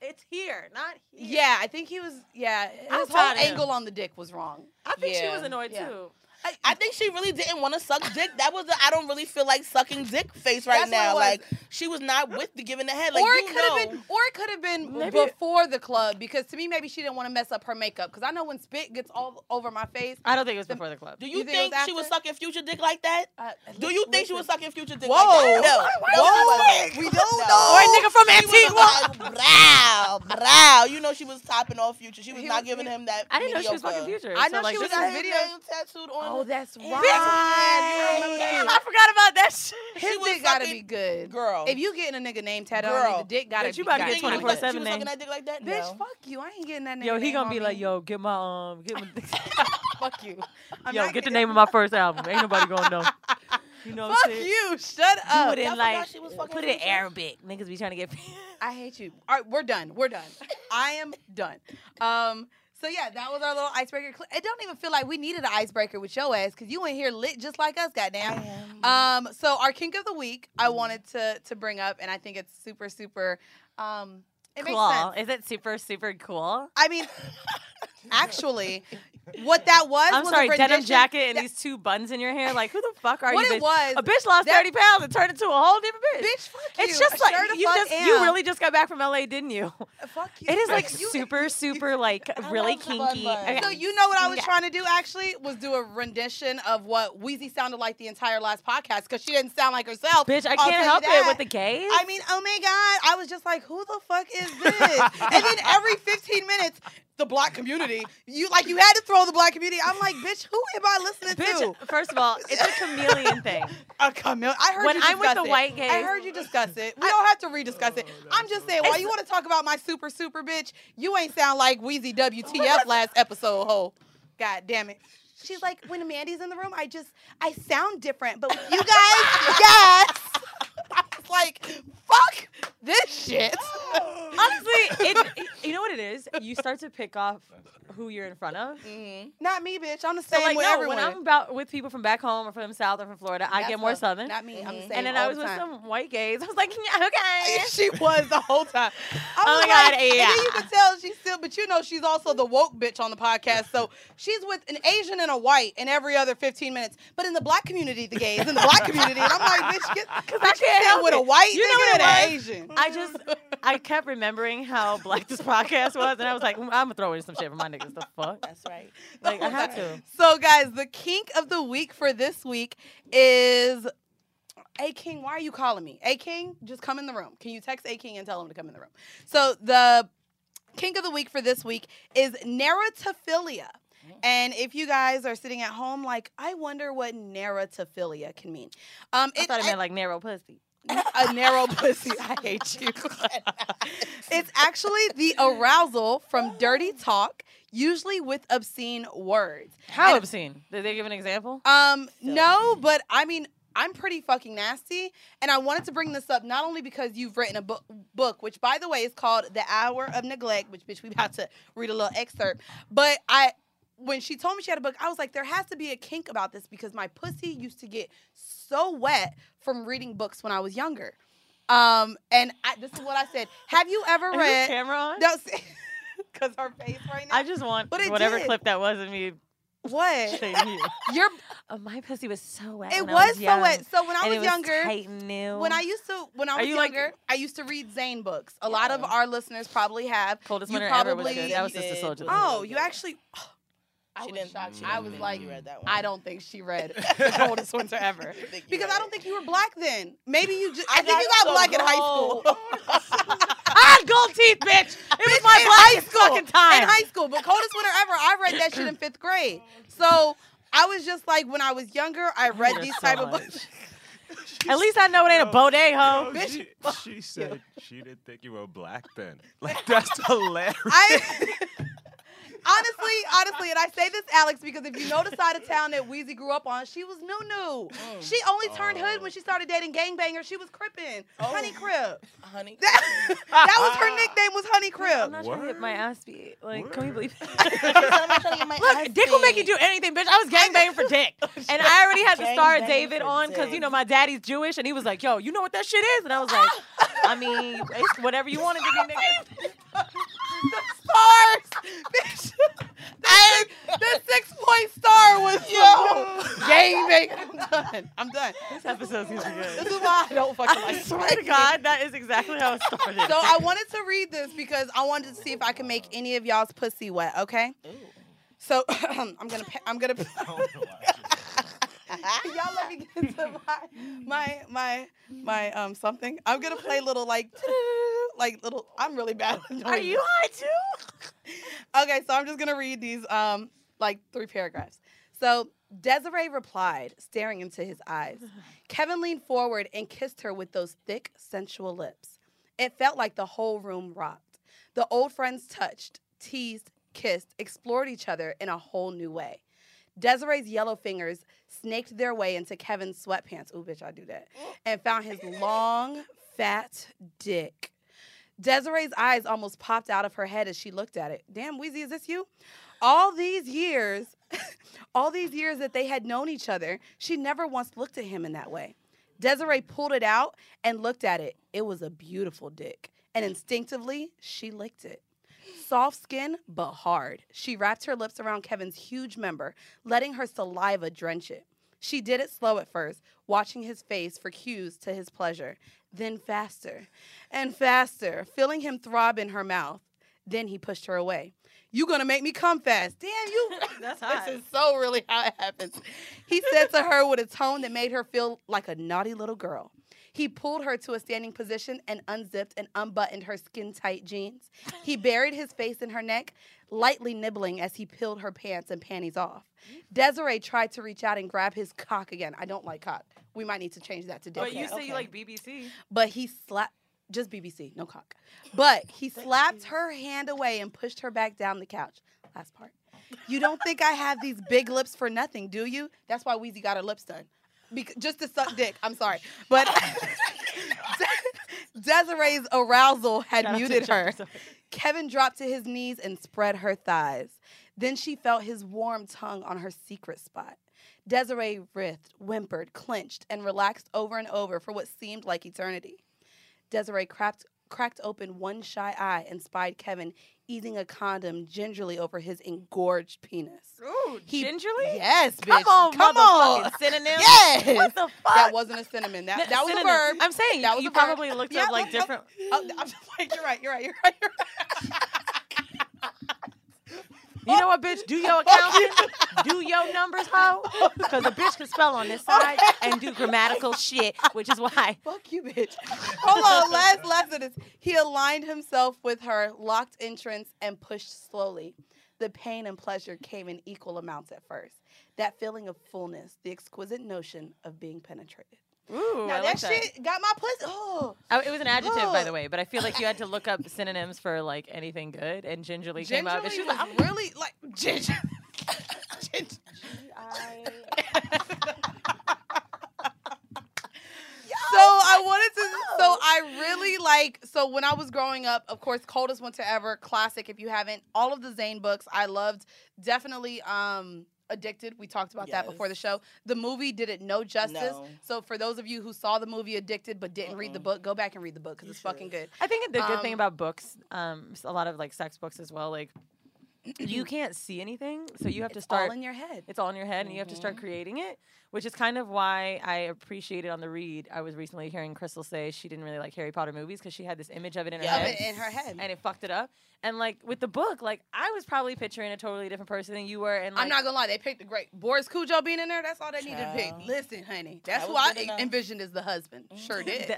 S11: It's here, not here.
S4: Yeah, I think he was. Yeah, his
S11: I'm
S4: whole
S11: tired of him.
S4: angle on the dick was wrong.
S11: I think she
S9: Yeah,
S11: was annoyed
S9: yeah.
S11: too.
S9: I, I think she really didn't want to suck dick. That was the I don't really feel like sucking dick face right
S4: That's what
S9: now.
S4: it was.
S9: Like she was not with the giving the head. Like
S4: or
S9: you
S4: it could
S9: know.
S4: have been, or it could have been
S9: Maybe-
S4: before the club because to me maybe she didn't want to mess up her makeup because I know when spit gets all over my face.
S11: I don't think it was before the club.
S9: Do you,
S4: You think it
S9: think,
S4: was
S9: she was
S4: after?
S9: sucking future dick like that? Do you think she was sucking future dick
S4: Whoa.
S9: like that?
S4: Uh, Why- why
S9: No.
S4: was
S9: no.
S4: I like-
S9: We don't know.
S4: Or a nigga from
S9: She was
S4: Antigua.
S9: like, Brow, brow. You know she was topping off future. She was
S4: He
S9: not
S4: was-
S9: giving him that.
S11: I didn't know she was
S9: mediocre-
S11: fucking Future,
S4: I
S11: so,
S4: know
S11: like,
S4: she was
S11: this
S4: in
S11: is-
S4: video.
S9: tattooed on.
S4: Oh, that's right.
S9: Bitch.
S4: Damn,
S11: I forgot about that shit.
S4: His
S9: was
S4: dick gotta
S9: fucking-
S4: be good,
S9: Girl.
S4: If you getting a nigga name tattooed,
S9: Girl.
S4: on you, the dick gotta
S11: Bitch, you
S4: be
S11: about to
S4: gotta
S11: get
S4: be good.
S11: 24/7
S9: She was sucking
S11: name.
S9: that dick like that.
S4: Bitch,
S9: No.
S4: fuck you. I ain't getting that name.
S11: Yo, he gonna be like,
S4: yo,
S11: yo, get my um, get my,
S4: fuck you. I'm
S11: yo,
S4: not
S11: get the
S4: gonna-
S11: name of my first album. Ain't nobody gonna know. You know, what
S4: Fuck
S11: I'm saying?
S4: you. Shut up.
S11: Do it in
S4: Y'all forgot
S11: like,
S4: she was fucking
S11: put it in
S4: Future?
S11: Arabic. Niggas be trying to get.
S4: I hate you. All right, we're done. We're done. I am done. Um, so yeah, that was our little icebreaker. cl- It don't even feel like we needed an icebreaker with your ass because you in here lit just like us, goddamn. Um, so our kink of the week, I wanted to to bring up, and I think it's super, super. Um, it makes sense.
S11: cool. Is it super super cool?
S4: I mean, actually, what that was
S11: I'm
S4: was
S11: sorry,
S4: a
S11: denim
S4: rendition-
S11: jacket and these two buns in your hair. Like, who the fuck are
S4: What
S11: you?
S4: it
S11: bitch?
S4: was,
S11: a bitch lost
S4: that-
S11: 30 pounds and turned into a whole different bitch.
S4: Bitch, fuck
S11: It's
S4: you.
S11: just like
S4: Sure the
S11: you
S4: fuck
S11: just
S4: am. Uh,
S11: you really just got back from LA, didn't you?
S4: Fuck you.
S11: It is like
S4: You-
S11: super super like really
S4: love the bun
S11: kinky.
S4: bun.
S11: Okay.
S4: So you know what I was
S11: Yeah.
S4: trying to do actually was do a rendition of what Wheezy sounded like the entire last podcast because she didn't sound like herself.
S11: Bitch, I
S4: I'll tell
S11: can't
S4: you
S11: help
S4: that.
S11: it with the gays.
S4: I mean, oh my God. I was just like, who the fuck is this? and then every 15 minutes, the black community. You like you had to throw the black community. I'm like, bitch, who am I listening to?
S11: Bitch, first of all, it's a chameleon thing.
S4: A chameleon. I heard
S11: When
S4: you
S11: I'm with
S4: discuss
S11: the
S4: it.
S11: white
S4: I
S11: gays-
S4: heard you discuss it. We don't have to rediscuss it. I'm just saying, why you want to talk about my super super bitch? You ain't sound like Wheezy WTF last episode, hoe. God damn it. She's like, when Mandy's in the room, I just I sound different, but with you guys, yes. I was like, fuck this shit.
S5: Honestly, it, it- you know what it is? You start to pick off who you're in front of.
S4: Not me, bitch. I'm the
S5: So
S4: same
S5: like,
S4: with
S5: no,
S4: everyone.
S5: when I'm about with people from back home or from South or from Florida, I
S4: That's
S5: get more
S4: her.
S5: southern. Mm-hmm.
S4: Not me. I'm the same
S5: And then
S4: all
S5: I was
S4: the
S5: with
S4: time.
S5: some white gays. I was like, yeah, okay.
S4: she was the whole time. I
S5: Oh
S4: was
S5: my God,
S4: and then
S5: yeah.
S4: you can tell she's still, but you know, she's also the woke bitch on the podcast. So she's with an Asian and a white in every other 15 minutes. But in the black community, the gays in the black community, and I'm like, bitch, get, bitch,
S5: I
S4: you
S5: can't
S4: stand
S5: help
S4: with
S5: it.
S4: a white
S5: You know
S4: nigga
S5: what
S4: and
S5: it
S4: an
S5: was?
S4: Asian.
S5: I just I kept remembering how black this podcast was, and I was like, I'm gonna throw in some shit for my niggas. The fuck?
S4: That's right.
S5: Like I had to.
S4: So guys, the kink of the week for this week is A King. Why are you calling me? A King, just come in the room. Can you text A King and tell him to come in the room? So the kink of the week for this week is narratophilia.
S5: Mm.
S4: And if you guys are sitting at home, like I wonder what narratophilia can mean. Um,
S5: I thought it meant like narrow pussy.
S4: a narrow pussy. I hate you. it's actually the arousal from dirty talk, usually with obscene words.
S5: How
S4: And-
S5: obscene? Did they give an example?
S4: Um, no, but I mean, I'm pretty fucking nasty, and I wanted to bring this up not only because you've written a book, book which by the way is called "The Hour of Neglect," which bitch we about to read a little excerpt, but I. When she told me she had a book, I was like, there has to be a kink about this because my pussy used to get so wet from reading books when I was younger. Um, and I, this is what I said. Have you ever
S5: Is this
S4: read?
S5: camera on?
S4: Because her face right now.
S5: I just want
S4: But it
S5: whatever
S4: did.
S5: clip that was of me
S4: What?
S5: shading you.
S4: Your
S5: oh, my pussy was so wet.
S4: It
S5: when I
S4: was, so wet. So when I
S5: and
S4: was,
S5: it
S4: younger,
S5: tight and new.
S4: when I used to when I
S5: Are
S4: was
S5: you, like-
S4: younger, I used to read Zane books. A lot of our listeners probably have.
S5: Coldest
S4: you
S5: Winter
S4: probably,
S5: Ever was good. That was Sister Soldier.
S4: Oh, you actually. I
S8: She
S4: was
S8: didn't-
S4: shocked.
S8: she
S4: I
S8: didn't
S4: was
S8: think
S4: like,
S8: you read that
S4: I don't think she read the coldest winter ever because I don't think you were black then. Maybe you just. I, think you got
S8: so
S4: black in high school.
S5: I had Ah, gold teeth, bitch. It was my
S4: in
S5: black
S4: high school.
S5: fucking time.
S4: In high school, but coldest winter ever. I read that shit in fifth grade. So I was just like, when I was younger, I read
S5: her
S4: these
S5: so
S4: type of
S5: much.
S4: books.
S5: At least I know it ain't a boday, ho.
S12: Yo, she, she said she didn't think you were black then. Like that's hilarious.
S4: Honestly, honestly, and I say this, Alex, because if you know the side of town that Wheezy grew up on, she was new new. She only turned hood when she started dating gangbangers. She was crippin'. Honey Crip.
S8: Honey.
S4: That, that was her nickname was Honey Crip.
S5: I'm not trying to get my ass beat. Like, can we believe?
S4: Look,
S5: Look, dick will make you do anything, bitch. I was gangbanging for dick, and I already had the
S8: Gang
S5: star of
S8: banging
S5: David
S8: for
S5: on because you
S8: dick.
S5: know my daddy's Jewish, and he was like, "Yo, you know what that shit is?" And I was like, "I mean, it's whatever you want it to be." Nigga.
S4: stars. Bitch. I, the six point star was yo. Gangbang. I'm done. I'm done.
S5: This episode's gonna be good.
S4: This is why I don't fucking
S5: I
S4: like
S5: swear to God, that is exactly how it started.
S4: So I wanted to read this because I wanted to see if I could make any of y'all's pussy wet. Okay. So I'm gonna. pa- I'm gonna. Y'all let me get to my my my my um something. I'm gonna play little like like little. I'm really bad. at doing
S5: Are you
S4: this.
S5: high too?
S4: Okay, so I'm just gonna read these um like three paragraphs. So Desiree replied, staring into his eyes. Kevin leaned forward and kissed her with those thick, sensual lips. It felt like the whole room rocked. The old friends touched, teased, kissed, explored each other in a whole new way. Desiree's yellow fingers snaked their way into Kevin's sweatpants. Ooh, bitch, I do that. And found his long, fat dick. Desiree's eyes almost popped out of her head as she looked at it. Damn, Wheezy, is this you? All these years, all these years that they had known each other, she never once looked at him in that way. Desiree pulled it out and looked at it. It was a beautiful dick. And instinctively, she licked it. Soft skin, but hard. She wrapped her lips around Kevin's huge member, letting her saliva drench it. She did it slow at first, watching his face for cues to his pleasure, then faster and faster, feeling him throb in her mouth. Then he pushed her away. You gonna make me come fast. Damn you.
S5: That's hot.
S4: this is so really how it happens. He said to her with a tone that made her feel like a naughty little girl. He pulled her to a standing position and unzipped and unbuttoned her skin tight jeans. He buried his face in her neck, lightly nibbling as he peeled her pants and panties off.
S5: Mm.
S4: Desiree tried to reach out and grab his cock again. I don't like cock. We might need to change that to dick.
S5: But you say
S4: Okay.
S5: you like BBC.
S4: But he slapped just BBC, no cock. But he slapped her hand away and pushed her back down the couch. Last part. You don't think I have these big lips for nothing, do you? That's why Weezy got her lips done. Bec- just to suck dick. I'm sorry. But Desiree's arousal had
S5: Shout out to
S4: muted
S5: Jeff,
S4: her. Kevin dropped to his knees and spread her thighs. Then she felt his warm tongue on her secret spot. Desiree writhed, whimpered, clenched, and relaxed over and over for what seemed like eternity. Desiree cracked, cracked open one shy eye and spied Kevin easing a condom gingerly over his engorged penis.
S5: Ooh, gingerly?
S4: Yes, bitch.
S5: Come on,
S4: Come
S5: motherfucking
S4: on.
S5: synonym.
S4: Yes.
S5: What the fuck?
S4: That wasn't a synonym. That,
S5: No,
S4: that was a
S5: synonym.
S4: verb.
S5: I'm saying
S4: that was
S5: you
S4: a verb.
S5: probably looked
S4: Yeah,
S5: up like
S4: no, no.
S5: different.
S4: Oh, I'm just like, you're right, you're right, you're right, you're
S5: You know what, bitch? Do your accounting, do your numbers, hoe, because a bitch can spell on this side and do grammatical shit, which is why.
S4: Fuck you, bitch. Hold on, last last of this. He aligned himself with her, locked entrance, and pushed slowly. The pain and pleasure came in equal amounts at first. That feeling of fullness, the exquisite notion of being penetrated.
S5: Ooh,
S4: now
S5: I like that.
S4: shit got my pussy. Oh,
S5: I- it was an adjective, by the
S4: Ugh.
S5: way, but I feel like you had to look up synonyms for like anything good, and gingerly, came up. And she was like,
S4: Gingerly was really like ginger. ginger. so I wanted to.
S8: Oh.
S4: So I really like. So when I was growing up, of course, coldest winter ever, classic. If you haven't, all of the Zane books I loved. Definitely, um, addicted. We talked about that before the show. The movie did it no justice.
S5: No.
S4: So for those of you who saw the movie Addicted but didn't read the book, go back and read the book because it's fucking good.
S5: I think the good
S4: Um,
S5: thing about books, um, s- a lot of like sex books as well, like you can't see anything, so you have to
S4: It's all
S5: start
S4: in your head.
S5: It's all in your head, and you have to
S4: Mm-hmm.
S5: start creating it, which is kind of why I appreciated on the read. I was recently hearing Crystal say she didn't really like Harry Potter movies because she had this image of it in her
S4: Yeah, of
S5: head,
S4: it in her head.
S5: and it fucked it up. And like with the book, like I was probably picturing a totally different person than you were, and like,
S4: I'm not gonna lie, they picked a great Boris Cujo being in there. That's all they needed to pick.
S5: Child.
S4: Listen, honey, that's
S5: That
S4: who
S5: was
S4: I
S5: good enough.
S4: envisioned as the husband. Sure did.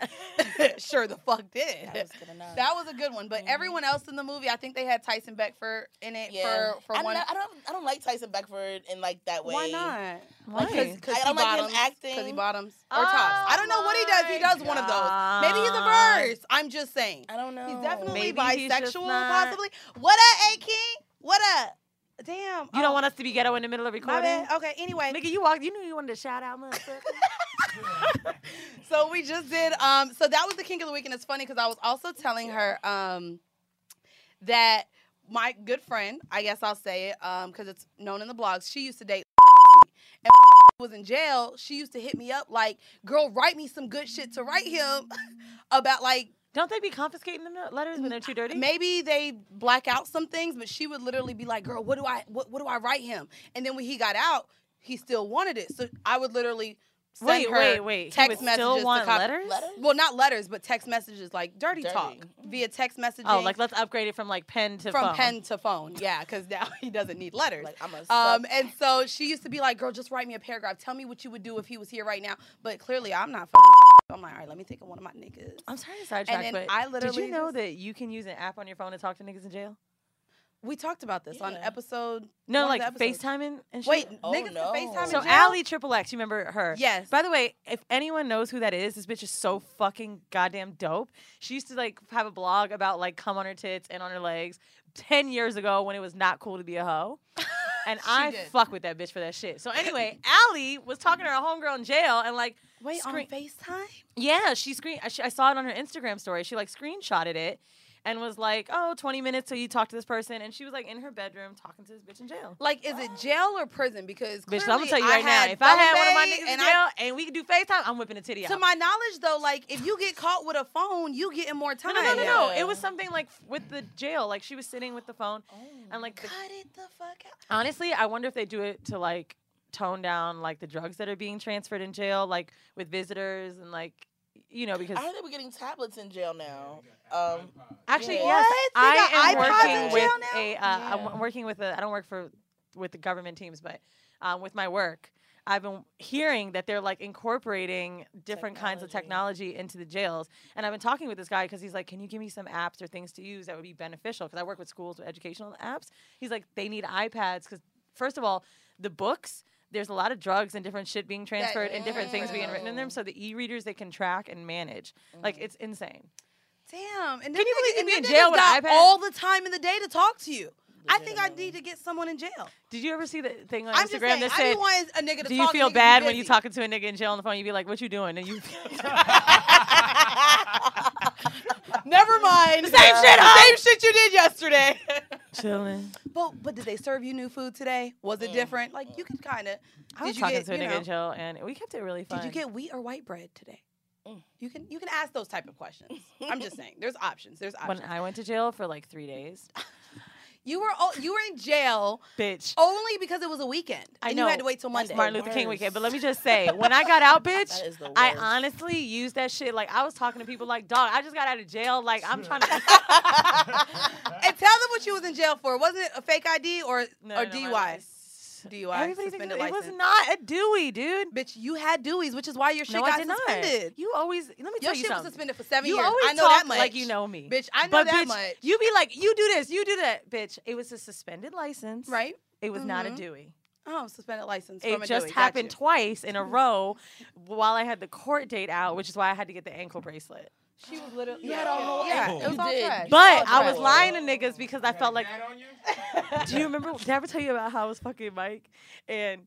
S4: sure the fuck did. That was good enough. That was a good one. But everyone else in the movie, I think they had Tyson Beckford in it for for
S8: I'm
S4: one.
S8: not- I don't. I don't like Tyson Beckford in like that way.
S4: Why not?
S8: Like,
S4: Because
S8: I
S4: he
S8: don't like him
S4: bottoms.
S8: acting.
S4: Because he bottoms or tops. I don't know what he does. He does one of those. Maybe he's
S8: God.
S4: a verse. I'm just saying. I
S8: don't know.
S4: He's definitely
S5: Maybe he's just
S4: bisexual,
S5: not-
S4: possibly. What up, A King? What up? Damn. oh.
S5: you don't want us to be ghetto in the middle of
S4: My
S5: recording.
S4: bad. Okay. Anyway,
S5: Nigga, you walked. You knew you wanted to shout out, motherfucker.
S4: so we just did. Um, so that was the King of the Week, and it's funny because I was also telling her um, that my good friend, I guess I'll say it because it's known in the blogs. She used to date and was in jail. She used to hit me up like, "Girl, write me some good shit to write him about like."
S5: Don't they be confiscating the letters when they're too dirty?
S4: Maybe they black out some things, but she would literally be like, "Girl, what do I what, what do I write him?" And then when he got out, he still wanted it. So I would literally send
S5: Wait,
S4: her
S5: wait, wait. He
S4: text
S5: would still
S4: messages to
S5: want
S4: cop-
S5: letters? Letters?
S4: Well, not letters, but text messages like dirty, talk
S8: Mm-hmm.
S4: via text messaging.
S5: Oh, like let's upgrade it from like pen to
S4: from
S5: phone.
S4: pen to phone. Yeah, because now he doesn't need letters.
S8: Like, I'm a
S4: um,
S8: sub-
S4: and so she used to be like, "Girl, just write me a paragraph. Tell me what you would do if he was here right now." But clearly, I'm not. Fucking I'm like, all right, let me think of one of my niggas.
S5: I'm sorry to sidetrack,
S4: And
S5: but
S4: then I literally
S5: did you know
S4: just-
S5: that you can use an app on your phone to talk to niggas in jail?
S4: We talked about this on episode.
S5: No,
S4: one of
S5: like
S4: the episodes.
S5: FaceTiming and shit.
S4: Wait, niggas can FaceTime
S5: So
S4: in jail?
S5: Allie Triple X, you remember her?
S4: Yes.
S5: By the way, if anyone knows who that is, this bitch is so fucking goddamn dope. She used to like have a blog about like cum on her tits and on her legs ten years ago when it was not cool to be a hoe. And I
S4: did.
S5: fuck with that bitch for that shit. So anyway, Allie was talking to her homegirl in jail and like
S4: Wait, on
S5: screen-
S4: FaceTime?
S5: Yeah, she screen. I- she- I saw it on her Instagram story. She like screenshotted it and was like, "Oh, 20 minutes till you talk to this person." And she was like in her bedroom talking to this bitch in jail.
S4: Like, is it jail or prison? Because
S5: Bitch, I'm gonna
S4: clearly
S5: tell you right now. If I
S4: phone
S5: had one of my
S4: bang
S5: niggas in
S4: and
S5: jail
S4: I-
S5: and we could do Facetime, I'm whipping a titty out.
S4: to my knowledge, though, like if you get caught with a phone, you getting more
S5: no,
S4: time.
S5: no, no, no, no. It was something like f- with the jail. Like she was sitting with the phone and like the-
S4: Cut it the fuck out.
S5: Honestly, I wonder if they do it to like tone down like the drugs that are being transferred in jail, like with visitors and like you know because
S8: I heard they were getting tablets in jail now. Um,
S5: Actually,
S8: yeah.
S5: yes, I am
S8: What? They got
S5: working
S8: iPods in
S5: with
S8: jail
S5: a. Uh,
S8: now?
S5: I'm w- working with a. I don't work for with the government teams, but um, with my work, I've been hearing that they're like incorporating different kinds of technology into the jails, and I've been talking with this guy because he's like, "Can you give me some apps or things to use that would be beneficial?" Because I work with schools with educational apps. He's like, "They need iPads because first of all, the books." There's a lot of drugs and different shit being transferred and different things being written in them. So the e-readers they can track and manage. Like it's insane.
S4: Damn. And
S5: Can you believe
S4: you
S5: you'd be in jail with an iPad?
S4: All the time in the day to talk to you.
S5: I think I need to get someone in jail.
S4: Did you ever see the thing on
S5: I'm
S4: Instagram
S5: just saying,
S4: that
S5: I be
S4: said,
S5: wanting a nigga to
S4: "Do
S5: talk
S4: you
S5: to
S4: feel
S5: niggas be
S4: bad when you
S5: busy."
S4: talking to a nigga in jail on the phone? You be like, "What you doing?" And you
S5: Never mind.
S4: The same shit,
S5: Same
S4: huh?
S5: shit you did yesterday.
S4: chilling.
S5: but but did they serve you new food today? Was
S8: Mm.
S5: it different? Like you could kind of.
S4: I was
S5: you
S4: talking
S5: get,
S4: to a
S5: you
S4: nigga
S5: know,
S4: in jail, and we kept it really fun.
S5: Did you get wheat or white bread today?
S4: Mm.
S5: You can you can ask those type of questions. I'm just saying, there's options. There's
S4: when
S5: options.
S4: I went to jail for like three days,
S5: you were o- you were in jail
S4: bitch.
S5: only because it was a weekend. Oh,
S4: I
S5: and
S4: know
S5: you had to wait till
S4: that's
S5: Monday.
S4: Martin Luther King weekend. But let me just say, when I got out, bitch, I honestly used that shit. Like I was talking to people like, dog, I just got out of jail. Like I'm trying to.
S5: and tell them what you was in jail for. Wasn't it a fake ID or
S4: No,
S5: or
S4: no, no, my
S5: DUI? DUI.
S4: Everybody thinks
S5: suspended
S4: it was
S5: license.
S4: not a Dewey, dude.
S5: Bitch, you had Dewey's, which is why your shit
S4: no,
S5: got
S4: I did
S5: suspended.
S4: Not. You always let me
S5: Your
S4: tell you
S5: shit was
S4: something.
S5: suspended for seven
S4: you
S5: years.
S4: Always
S5: I know
S4: talk
S5: that much.
S4: Like you know me,
S5: Bitch, I know
S4: But
S5: that
S4: bitch,
S5: much.
S4: You be like, you do this, you do that, bitch. It was a suspended license, right? It was not a
S5: Mhm.
S4: Dewey.
S5: Oh, suspended license.
S4: It
S5: from a
S4: just
S5: Dewey. Got
S4: happened
S5: you.
S4: twice in a row while I had the court date out, which is why I had to get the ankle bracelet.
S5: She was literally.
S1: You had a whole
S5: Yeah,
S1: ankle.
S5: it was
S1: You
S5: all
S1: did.
S5: trash.
S4: But I
S5: All
S4: was
S5: trash.
S4: lying to niggas because I felt like. Do you remember? Did I ever tell you about how I was fucking Mike? And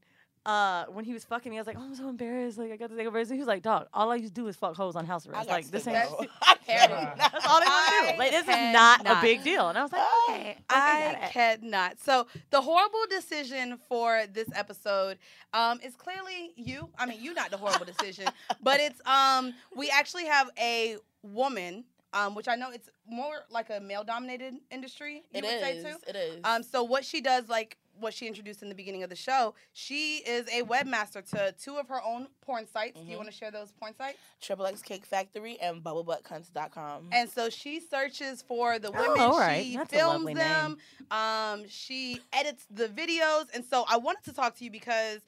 S4: uh, when he was fucking me, I was like, oh, I'm so embarrassed. Like, I got this ankle bracelet. He was like, dog, all I used to do is fuck hoes on house arrest. Like, this ain't.
S5: That's
S4: all they want to do. Like, this is not a big deal. And I was like, okay. okay, got
S5: I
S4: it.
S5: cannot. So the horrible decision for this episode um, is clearly you. I mean, you not the horrible decision, but it's um, we actually have a woman, um, which I know it's more like a male-dominated industry. You
S1: It
S5: would say
S1: is,
S5: too.
S1: it is.
S5: Um, so what she does, like what she introduced in the beginning of the show, she is a webmaster to two of her own porn sites. Do you want to share those porn sites?
S1: Mm-hmm. Triple X Cake Factory and BubbleButtCunts.com.
S5: And so she searches for the
S1: Oh,
S5: women.
S1: all right.
S5: She
S1: That's a
S5: films
S1: lovely
S5: them. Um, she edits the videos. And so I wanted to talk to you because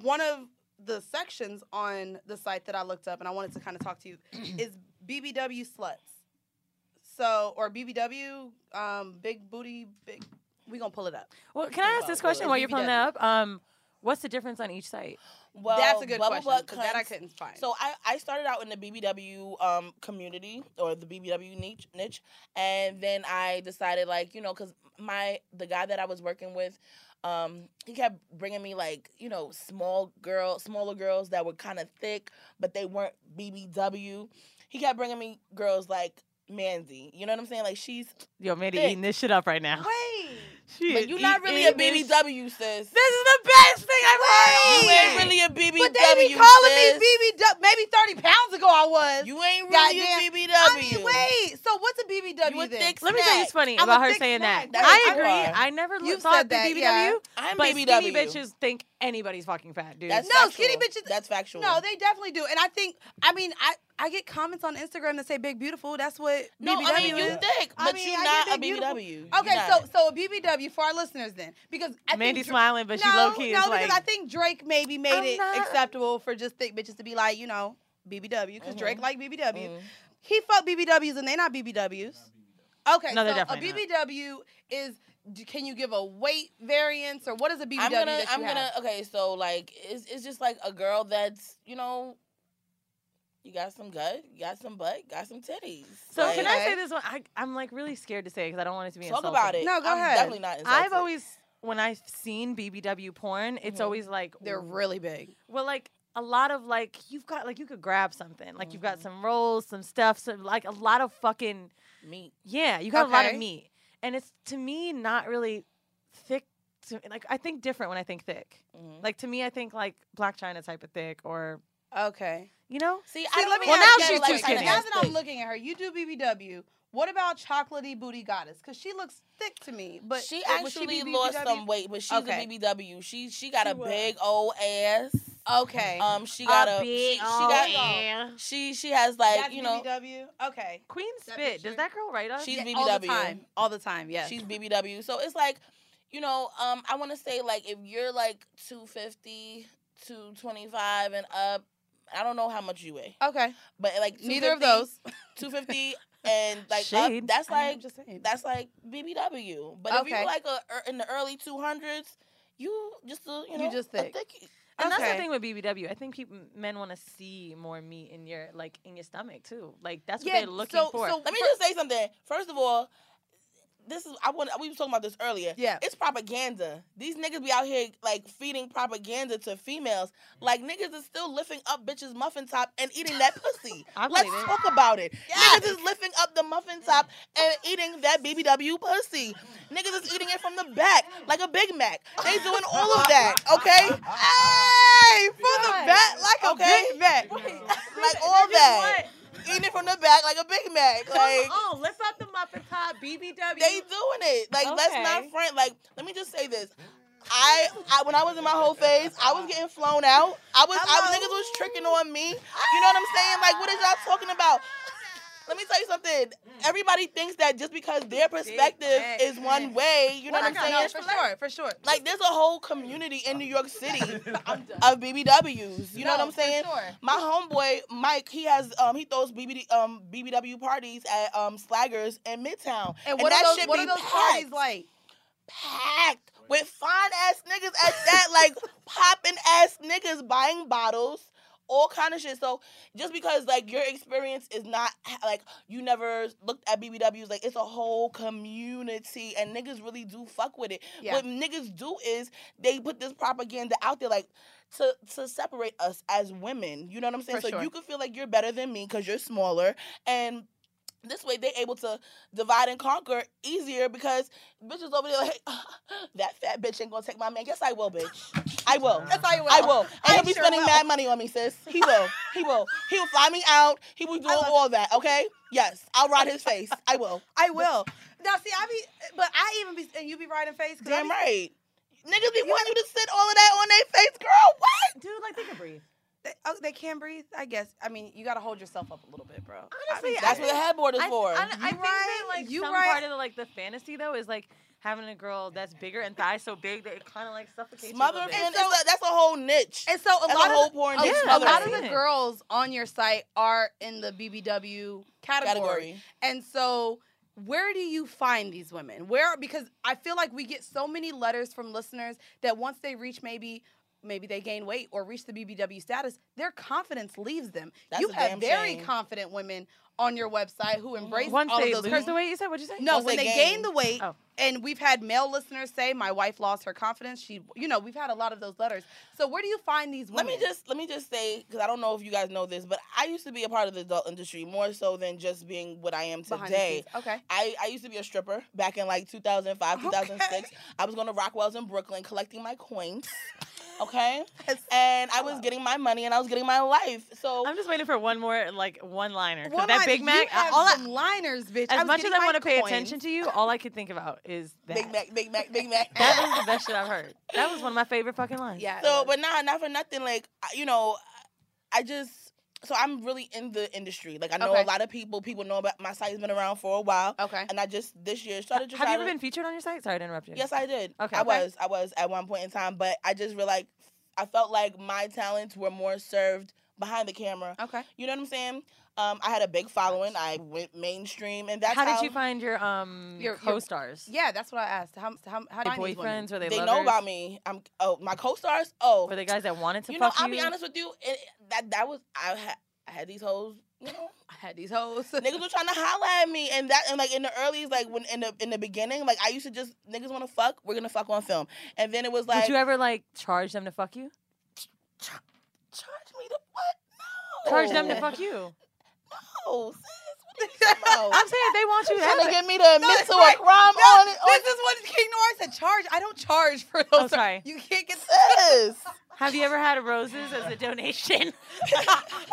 S5: one of the sections on the site that I looked up and I wanted to kind of talk to you is BBW sluts. So or BBW, um, big booty, big. We gonna pull it up.
S4: Well, can I ask this question while you're pulling
S5: BBW.
S4: that up? Um, what's the difference on each site?
S1: Well,
S5: That's a good
S1: Bubble
S5: question,
S1: Butt
S5: 'cause that I
S1: Cunts-
S5: couldn't find.
S1: So I, I started out in the BBW um community or the BBW niche niche, and then I decided like you know because my the guy that I was working with, um he kept bringing me like you know small girl smaller girls that were kind of thick but they weren't BBW. He kept bringing me girls like Mandy. You know what I'm saying? Like she's
S4: Yo, Mandy
S1: Thick.
S4: eating this shit up right now.
S5: Wait.
S4: She
S1: but
S4: is
S1: you're not
S4: eating
S1: really a
S4: this-
S1: BBW, sis.
S4: This is the best thing I've
S1: You ain't
S4: heard.
S1: really a BBW.
S5: But they be calling me BBW. Maybe thirty pounds ago I was.
S1: You ain't really a BBW.
S5: I mean, wait. So what's a BBW
S1: You a
S5: then?
S1: thick
S4: Let me tell you what's funny
S5: I'm a
S4: about her
S5: thick
S4: saying
S5: snack.
S4: that.
S5: That's
S4: I
S5: what you
S4: agree.
S5: are.
S4: I never
S5: You've
S4: thought
S5: said
S4: the
S5: that,
S4: BBW,
S5: yeah.
S1: I'm
S4: but skinny
S1: BBW.
S4: bitches think anybody's fucking fat, dude.
S1: That's
S5: no, skinny bitches.
S1: That's factual.
S5: No, they definitely do. And I think, I mean, I, I get comments on Instagram that say big beautiful. That's what
S1: No,
S5: BBW
S1: I mean, you
S5: is.
S1: thick,
S5: I
S1: but
S5: mean,
S1: you
S5: I
S1: not
S5: get
S1: a
S5: big beautiful.
S1: BBW. You
S5: Okay, so
S1: not.
S5: so a BBW for our listeners then, because I
S4: Mandy's
S5: think Dra-
S4: smiling, but she
S5: no,
S4: low-key
S5: no,
S4: is
S5: because
S4: like-
S5: I think Drake maybe made
S4: I'm
S5: it
S4: not-
S5: acceptable for just thick bitches to be like, you know, BBW, because Drake like BBW. He fuck BBWs and they not BBWs. Okay,
S4: No, they're
S5: so a
S4: definitely not.
S5: BBW is d- can you give a weight variance or what is a BBW
S1: I'm gonna,
S5: that you
S1: I'm
S5: have?
S1: gonna. Okay, so like, it's it's just like a girl that's you know, you got some gut, you got some butt, got some titties.
S4: So
S1: Like,
S4: can I say this one? I, I'm like really scared to say because I don't want it to be
S1: Talk
S4: insulting.
S1: about it. No, go I'm ahead. definitely not
S4: I've
S1: insulted.
S4: always when I've seen BBW porn, it's
S1: Mhm.
S4: always like
S5: They're really big.
S4: Well, like a lot of like you've got like you could grab something like you've got some rolls, some stuff, some like a lot of fucking
S1: meat.
S4: Yeah, you got a lot of
S1: Okay.
S4: meat, and it's to me not really thick. To, like I think different when I think thick.
S1: Mm-hmm.
S4: Like to me, I think like Black China type of thick or
S5: Okay.
S4: you know.
S1: See,
S5: See, let me
S4: well,
S5: ask you
S4: now she's
S5: a
S4: too
S5: question.
S4: skinny.
S5: Now that I'm looking at her, you do BBW. What about chocolatey booty goddess? Because she looks thick to me, but
S1: she
S5: uh, would
S1: actually
S5: she be
S1: lost
S5: BBW?
S1: some weight, but she's
S5: Okay.
S1: a BBW. She she got
S5: She
S1: a
S5: was.
S1: big old ass.
S5: Okay.
S1: Um, she got
S4: A
S1: a,
S4: big
S1: she, she got
S4: old ass.
S1: she she has like
S5: That's
S1: you know
S5: BBW. Okay.
S4: Queen spit. Does that girl write us?
S1: She's BBW
S5: all the time. All the time. Yes.
S1: She's BBW. So it's like, you know, um, I want to say like if you're like 250, 225 and up, I don't know how much you weigh.
S5: Okay.
S1: But like
S5: Neither of
S1: 250
S5: those.
S1: 250 and like up,
S5: Shade.
S1: that's
S5: I mean, I'm
S1: like
S5: just saying.
S1: that's like BBW. But if
S5: Okay.
S1: you're like a er, in the early 200s, you just a, you
S4: You
S1: know
S4: just
S1: a
S4: thick.
S1: thickie.
S4: And that's
S1: Okay.
S4: the thing with
S5: E.
S4: BBW. I think people, men want to see more meat in your like in your stomach too. Like that's what they're looking for.
S1: Let me just say something. First of all,
S4: this is I want we was talking about this earlier. Yeah. It's propaganda. These niggas be out here like feeding propaganda to females. Like niggas is still lifting up bitches muffin top and eating that pussy. Let's
S5: believe it.
S4: talk about it. Niggas is lifting up the muffin top and eating that BBW pussy. Niggas is eating it from the back like a Big Mac. They doing all of that, okay? Hey, from the back like a Big Mac. Like all that. Eating it from the back like a Big Mac.
S7: Come
S4: Like
S7: on, lift up the muffin top, BBW.
S4: They doing it. Like let's
S7: Okay.
S4: not front. Like let me just say this. I, I when I was in my whole phase, I was getting flown out. I was I was niggas was tricking on me. You know what I'm saying? Like what is y'all talking about? Let me tell you something.
S7: Mm.
S4: Everybody thinks that just because their perspective is one way, you know
S5: Well,
S4: what I'm
S5: no, no,
S4: saying?
S5: for sure, for sure.
S4: Like there's a whole community in New York City of BBWs. You know what
S5: No,
S4: I'm
S5: for
S4: saying?
S5: sure.
S4: My homeboy Mike, he has um he throws BBD, um BBW parties at um Slaggers in Midtown.
S5: And what are
S4: that
S5: those-
S4: shit
S5: what
S4: be
S5: are those
S4: packed,
S5: parties like?
S4: Packed with fine ass niggas at that, like popping ass niggas buying bottles. All kind of shit. So just because like your experience is not like you never looked at BBWs, like it's a whole community and niggas really do fuck with it.
S5: Yeah.
S4: What niggas do is they put this propaganda out there, like to to separate us as women. You know what I'm saying?
S5: For
S4: so
S5: sure.
S4: you could feel like you're better than me because you're smaller and. This way they able to divide and conquer easier because bitches over there like that fat bitch ain't gonna take my man. Yes I will, bitch. I will. Yes
S5: I will.
S4: I will. And
S5: I
S4: he'll be
S5: sure
S4: spending
S5: will.
S4: mad money on me, sis. He will. He will. He will fly me out. He will do all that. Okay. Yes, I'll ride his face. I will.
S5: I will. Now, see, I be, but I even be, and you be riding face. 'cause I
S4: Damn
S5: be-
S4: right. Niggas be wanting you to sit all of that on their face, girl. What?
S7: Dude, like they can breathe.
S5: They, oh, they can breathe, I guess. I mean, you got to hold yourself up a little bit, bro.
S7: Honestly, I
S4: that's what the
S7: think-
S4: headboard is
S7: I-
S4: for.
S7: I, I think that
S5: right,
S7: like
S5: you
S7: some
S5: right.
S7: part of the, like the fantasy though is like having a girl that's bigger and thighs so big that it kind of like suffocates.
S4: Mother,
S7: you a little bit.
S4: and so, that's a whole niche.
S5: And so a
S4: That's
S5: lot
S4: a whole
S5: of the,
S4: porn
S5: a,
S4: niche.
S5: a
S4: mother.
S5: lot of the girls on your site are in the BBW category.
S4: Category.
S5: And so where do you find these women? Where because I feel like we get so many letters from listeners that once they reach maybe maybe they gain weight or reach the BBW status, their confidence leaves them.
S4: That's
S5: you
S4: a
S5: have
S4: damn
S5: very
S4: shame. Mm-hmm.
S5: confident women on your website who embrace
S7: Once
S5: all
S7: they
S5: of those
S7: lose the weight, you said. What'd you say? Oh.
S5: no,
S7: Once
S5: when
S7: they
S5: they
S7: gain.
S5: gain, the weight, and we've had male listeners say, "My wife lost her confidence." She, you know, we've had a lot of those letters. So where do you find these
S4: Let
S5: women?
S4: me just let me just say because I don't know if you guys know this, but I used to be a part of the adult industry more so than just being what I am
S5: Behind the
S4: today.
S5: scenes. Okay.
S4: I, I used to be a stripper back in like 2005, 2006. I was going to Rockwell's in Brooklyn collecting my coins. Okay, and I was getting my money and I was getting my life. So
S7: I'm just waiting for one more like one liner.
S5: One
S7: that
S5: liner,
S7: Big
S5: you
S7: Mac. I-
S5: have
S7: all I-
S5: some liners, bitch. I
S7: As
S5: was
S7: much as
S5: getting
S7: I
S5: my
S7: want to pay
S5: coins.
S7: attention to you, all I could think about is that.
S4: Big Mac, Big Mac, Big Mac.
S7: That is the best shit I've heard. That was one of my favorite fucking lines.
S5: Yeah.
S4: So, but nah, not for nothing. Like I- you know, I just so I'm really in the industry. Like I know
S7: Okay.
S4: a lot of people. People know about my site's been around for a while.
S5: Okay.
S4: And I just this year started. to
S7: Have
S4: try
S7: you ever
S4: to-
S7: been featured on your site? Sorry to interrupt you.
S4: Yes, I did.
S7: Okay.
S4: I
S7: Okay.
S4: was. I was at one point in time, but I just were like, I felt like my talents were more served behind the camera.
S5: Okay.
S4: You know what I'm saying? Um, I had a big following. I went mainstream, and that's
S7: how,
S4: how.
S7: did you find your um
S4: Your- your-
S7: co-stars?
S5: Yeah, that's what I asked. How how how do
S7: Your
S5: I need women?
S7: boyfriends? Were they
S4: They know
S7: lovers?
S4: about me. I'm oh my co-stars. Oh,
S7: Were they guys that wanted to
S4: you know,
S7: fuck
S4: I'll
S7: you?
S4: be honest with you. It, that that was I had I had these hoes. You know,
S5: I had these hoes.
S4: niggas were trying to holler at me, and that and like in the earlies, like when in the in the beginning, like I used to just niggas want to fuck. We're gonna fuck on film, and then it was like
S7: Did you ever like charge them to fuck you?
S4: charge me to what? No.
S7: Charge them to fuck you.
S4: No, sis.
S7: I'm saying they want you to
S4: Trying
S7: have
S4: to
S7: it.
S4: get me to admit to a crime
S5: No,
S4: on it. Oh, On
S5: this is what King Nora said. Charge. I don't charge for those.
S7: sorry.
S5: You can't get
S4: this.
S7: Have you ever had roses as a donation?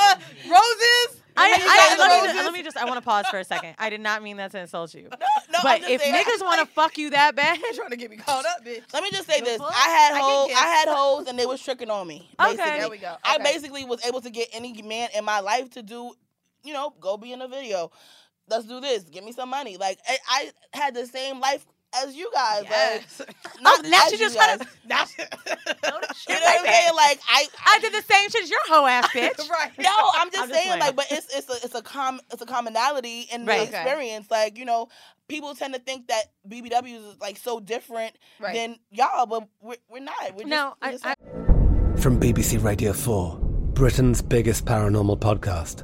S5: Roses.
S7: I,
S5: You guys
S7: I, let, me,
S5: roses?
S7: let me just. I want to pause for a second. I did not mean that to insult you.
S4: no, I'm
S7: but
S4: just
S7: if
S4: saying,
S7: niggas want to fuck you that bad,
S5: trying to get me caught up, bitch.
S4: Let me just say this: I
S7: fuck?
S4: had
S7: I get
S4: hoes, I,
S7: kissed.
S4: had hoes, and they was tricking on me.
S7: Okay.
S4: Basically.
S7: There we go.
S4: I
S7: Okay.
S4: basically was able to get any man in my life to do, you know, go be in a video. Let's do this. Give me some money. Like I, I had the same life as you guys.
S5: Yes.
S4: Like, not
S7: Oh, now
S4: as
S7: she
S4: you
S7: just trying
S4: guys.
S7: shit
S4: You know what I'm saying? Like I,
S7: I did the same shit as your hoe ass bitch.
S5: right.
S4: No, I'm just
S7: I'm just
S4: saying,
S7: playing.
S4: like, but it's it's a it's a com it's a commonality in
S7: Right.
S4: the
S7: Okay.
S4: experience. Like, you know, people tend to think that BBWs is like so different
S13: Right.
S4: than y'all, but we're, we're not. We're just,
S7: No,
S4: we're
S7: I-
S4: just
S7: I-
S13: From BBC Radio 4, Britain's biggest paranormal podcast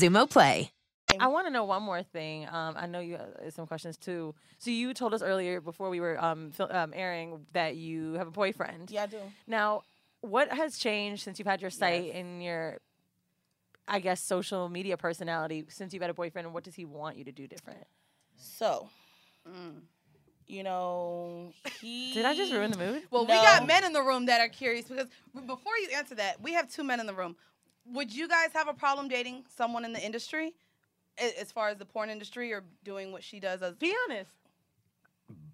S5: Zumo Play.
S14: I want to know one more thing. Um, I know you have some questions too. So you told us earlier before we were um, fil- um, airing that you have a boyfriend.
S4: Yeah, I do.
S14: Now, what has changed since you've had your site and your, I guess, social media personality since you've had a boyfriend? And what does he want you to do different?
S4: So, you know, he.
S14: Did I just ruin the mood?
S8: Well, we got men in the room that are curious because before you answer that, we have two men in the room. Would you guys have a problem dating someone in the industry, A- as far as the porn industry or doing what she does? As
S14: be honest,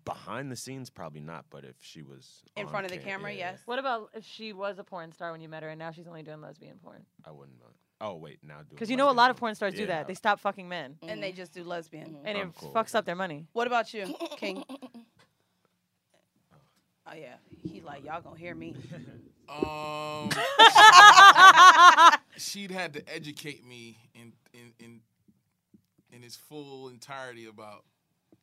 S15: Behind the scenes, probably not. But if she was
S8: in
S15: on
S8: front of the
S15: ca-
S8: camera,
S15: yeah,
S8: yes.
S14: What about if she was a porn star when you met her and now she's only doing lesbian porn?
S15: I wouldn't. mind. Oh wait, now do
S14: Because you know a lot of porn stars do
S15: Yeah.
S14: that. They stop fucking men.
S8: and they just do lesbian.
S14: And
S15: I'm
S14: it
S15: cool.
S14: fucks up their money.
S8: What about you, King? oh yeah, he like y'all gonna hear me.
S16: Um, she'd had to educate me in in in in its full entirety about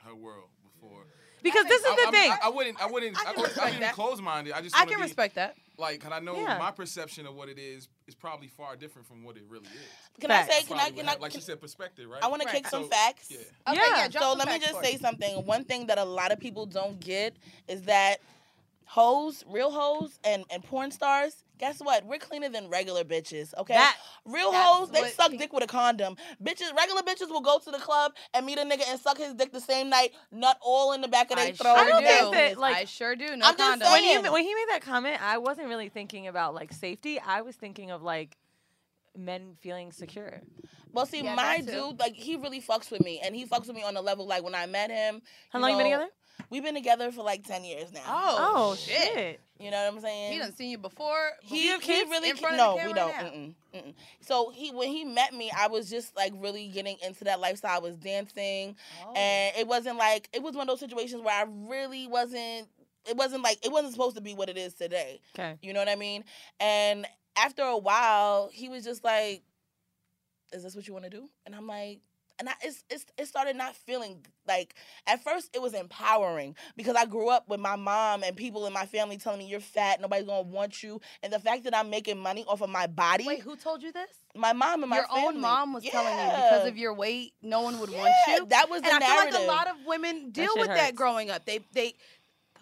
S16: her world before.
S14: Because this is
S16: I-
S14: the
S16: I'm-
S14: thing.
S16: I, I wouldn't. I wouldn't. I, wouldn't, I wouldn't close minded. I just.
S8: I
S16: wanna
S8: can
S16: be-
S8: respect that.
S16: Like, cause I know
S8: Yeah.
S16: my perception of what it is is probably far different from what it really is.
S4: Can I say- can I-
S16: Probably
S4: can
S16: what
S4: I-
S16: hap- Like you said, perspective, right?
S4: I want to kick some
S16: So,
S4: facts.
S16: Yeah.
S8: Okay, yeah, drop
S4: so
S8: some
S4: let me
S8: facts
S4: just
S8: for
S4: say
S8: us.
S4: something. One thing that a lot of people don't get is that hoes, real hoes, and, and porn stars, guess what? We're cleaner than regular bitches, okay?
S8: That-
S4: real
S8: that's
S4: hoes, they
S8: what-
S4: suck dick with a condom. Bitches, regular bitches will go to the club and meet a nigga and suck his dick the same night, not all in the back of their throat.
S14: I don't think that like
S8: I sure do.
S4: No I'm just condom.
S14: When he,
S4: saying.
S14: when he made that comment, I wasn't really thinking about like safety. I was thinking of like men feeling secure.
S4: Well, see,
S14: Yeah,
S4: my
S14: that too.
S4: dude, like, he really fucks with me, and he fucks with me on a level like when I met him.
S14: How long you been together?
S4: We've been together for like ten years now.
S8: Oh, Oh, shit. shit.
S4: You know what I'm saying?
S8: He done seen you before.
S4: He,
S8: You have
S4: he
S8: kids
S4: really
S8: in front
S4: no,
S8: of the
S4: we
S8: camera
S4: don't.
S8: now?
S4: Mm-mm, mm-mm. So he when he met me, I was just like really getting into that lifestyle. I was dancing,
S8: Oh.
S4: and it wasn't like it was one of those situations where I really wasn't. It wasn't like it wasn't supposed to be what it is today.
S14: Okay.
S4: You know what I mean? And after a while, he was just like, "Is this what you want to do?" And I'm like, and I, it's, it's it started not feeling like at first it was empowering because I grew up with my mom and people in my family telling me you're fat, nobody's gonna want you, and the fact that I'm making money off of my body.
S8: Wait, who told you this?
S4: My mom and my
S8: your own
S4: family.
S8: mom was telling you because
S4: Yeah.
S8: of your weight, no one would want
S4: Yeah,
S8: you.
S4: that was
S8: and
S4: the
S8: I feel like
S4: narrative.
S8: a lot of women
S4: That
S8: deal
S4: shit
S8: with that
S4: hurts.
S8: growing up. They they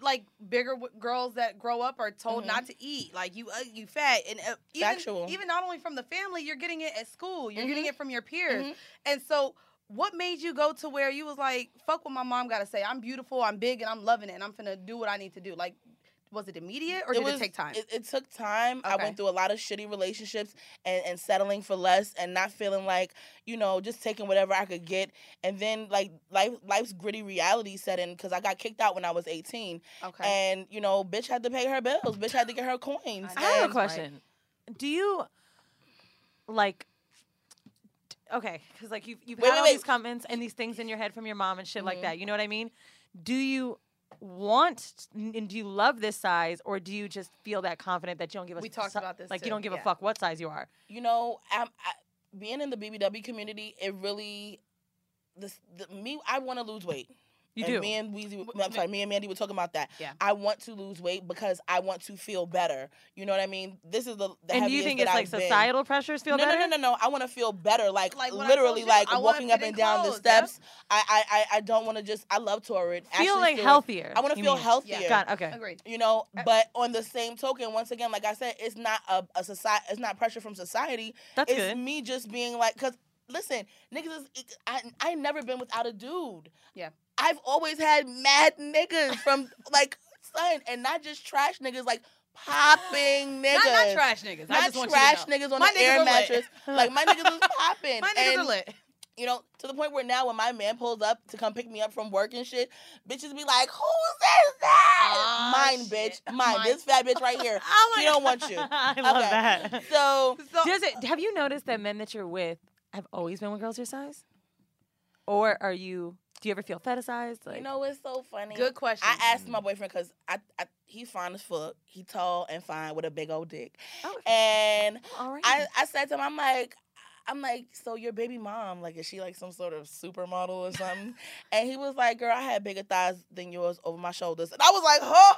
S8: like bigger w- girls that grow up are told not to eat. Like you uh, you fat and uh, even
S4: Mm-hmm. Factual.
S8: even not only from the family, you're getting it at school. You're getting
S4: Mhm.
S8: it from your peers.
S4: Mhm.
S8: And so what made you go to where you was like, fuck what my mom got to say. I'm beautiful, I'm big, and I'm loving it, and I'm finna do what I need to do. Like, was it immediate or did it
S4: was-
S8: take time?
S4: It, it took time. I
S8: Okay.
S4: went through a lot of shitty relationships and, and settling for less and not feeling like, you know, just taking whatever I could get. And then like life life's gritty reality set in because I got kicked out when I was 18.
S8: Okay.
S4: And, you know, bitch had to pay her bills. Bitch had to get her coins.
S14: I have
S4: and-
S14: a question. Do you like? d- Okay, because like you've you've
S4: Wait,
S14: had
S4: wait,
S14: all
S4: wait.
S14: these comments and these things in your head from your mom and shit
S4: Mm-hmm.
S14: like that. You know what I mean? Do you want n- and do you love this size or do you just feel that confident that you don't give a
S4: We
S14: s-
S4: talked
S14: su-
S4: about this
S14: like
S4: too,
S14: you don't give
S4: yeah.
S14: a fuck what size you are.
S4: you know, I'm, I, being in the BBW community, it really, this the, me, I want to lose weight.
S8: You
S4: and
S8: do.
S4: Me and Weezy, no, I'm sorry, me and Mandy were talking about that.
S8: Yeah.
S4: I want to lose weight because I want to feel better. You know what I mean? This is the, the
S8: And do you
S4: heaviest
S8: think
S4: that
S8: it's like
S4: I've been.
S8: societal pressures feel
S4: no,
S8: better?
S4: No, no, no, no. I want to feel better. Like,
S8: Like what I
S4: literally,
S8: told you,
S4: like
S8: I wanna
S4: walking up
S8: fit
S4: and
S8: in
S4: down the
S8: clothes, yeah.
S4: steps. I, I, I, I don't want to just. I love Torrid.
S8: Feel,
S4: Ashley
S8: like,
S4: Stewart.
S8: healthier,
S4: I want to
S8: you
S4: feel
S8: mean.
S4: healthier.
S8: Yeah. Got it, okay. Agreed.
S4: You know,
S5: Uh,
S4: but on the same token, once again, like I said, it's not a, a society. It's not pressure from society.
S8: That's
S4: it's
S8: good.
S4: me just being like, cause listen, niggas is. I, I ain't never been without a dude.
S5: Yeah.
S4: I've always had mad niggas from like son, and not just trash niggas like popping niggas.
S5: Not- not trash niggas. I
S4: Not
S5: just want you to
S4: trash
S5: know.
S4: niggas on
S5: My
S4: the
S5: niggas
S4: air
S5: are lit.
S4: mattress. Like my niggas was popping.
S5: My niggas are
S4: And,
S5: lit.
S4: You know, to the point where now when my man pulls up to come pick me up from work and shit, bitches be like, "Who's is that? Mine, bitch. Mine.
S8: Mine.
S4: This fat bitch right here.
S8: Oh my
S4: she don't
S8: God.
S4: want you.
S8: I love
S4: Okay.
S8: that.
S4: So,
S8: does it? Have you noticed that men that you're with have always been with girls your size, or are you? Do you ever feel fetishized? Like
S4: you know it's so funny.
S5: Good question.
S4: I asked my boyfriend because I, I he's fine as fuck. He tall and fine with a big old dick.
S5: Oh,
S4: and I, I said to him, I'm like, I'm like, so your baby mom, like, is she like some sort of supermodel or something? and he was like, girl, I had bigger thighs than yours over my shoulders. And I was like, oh,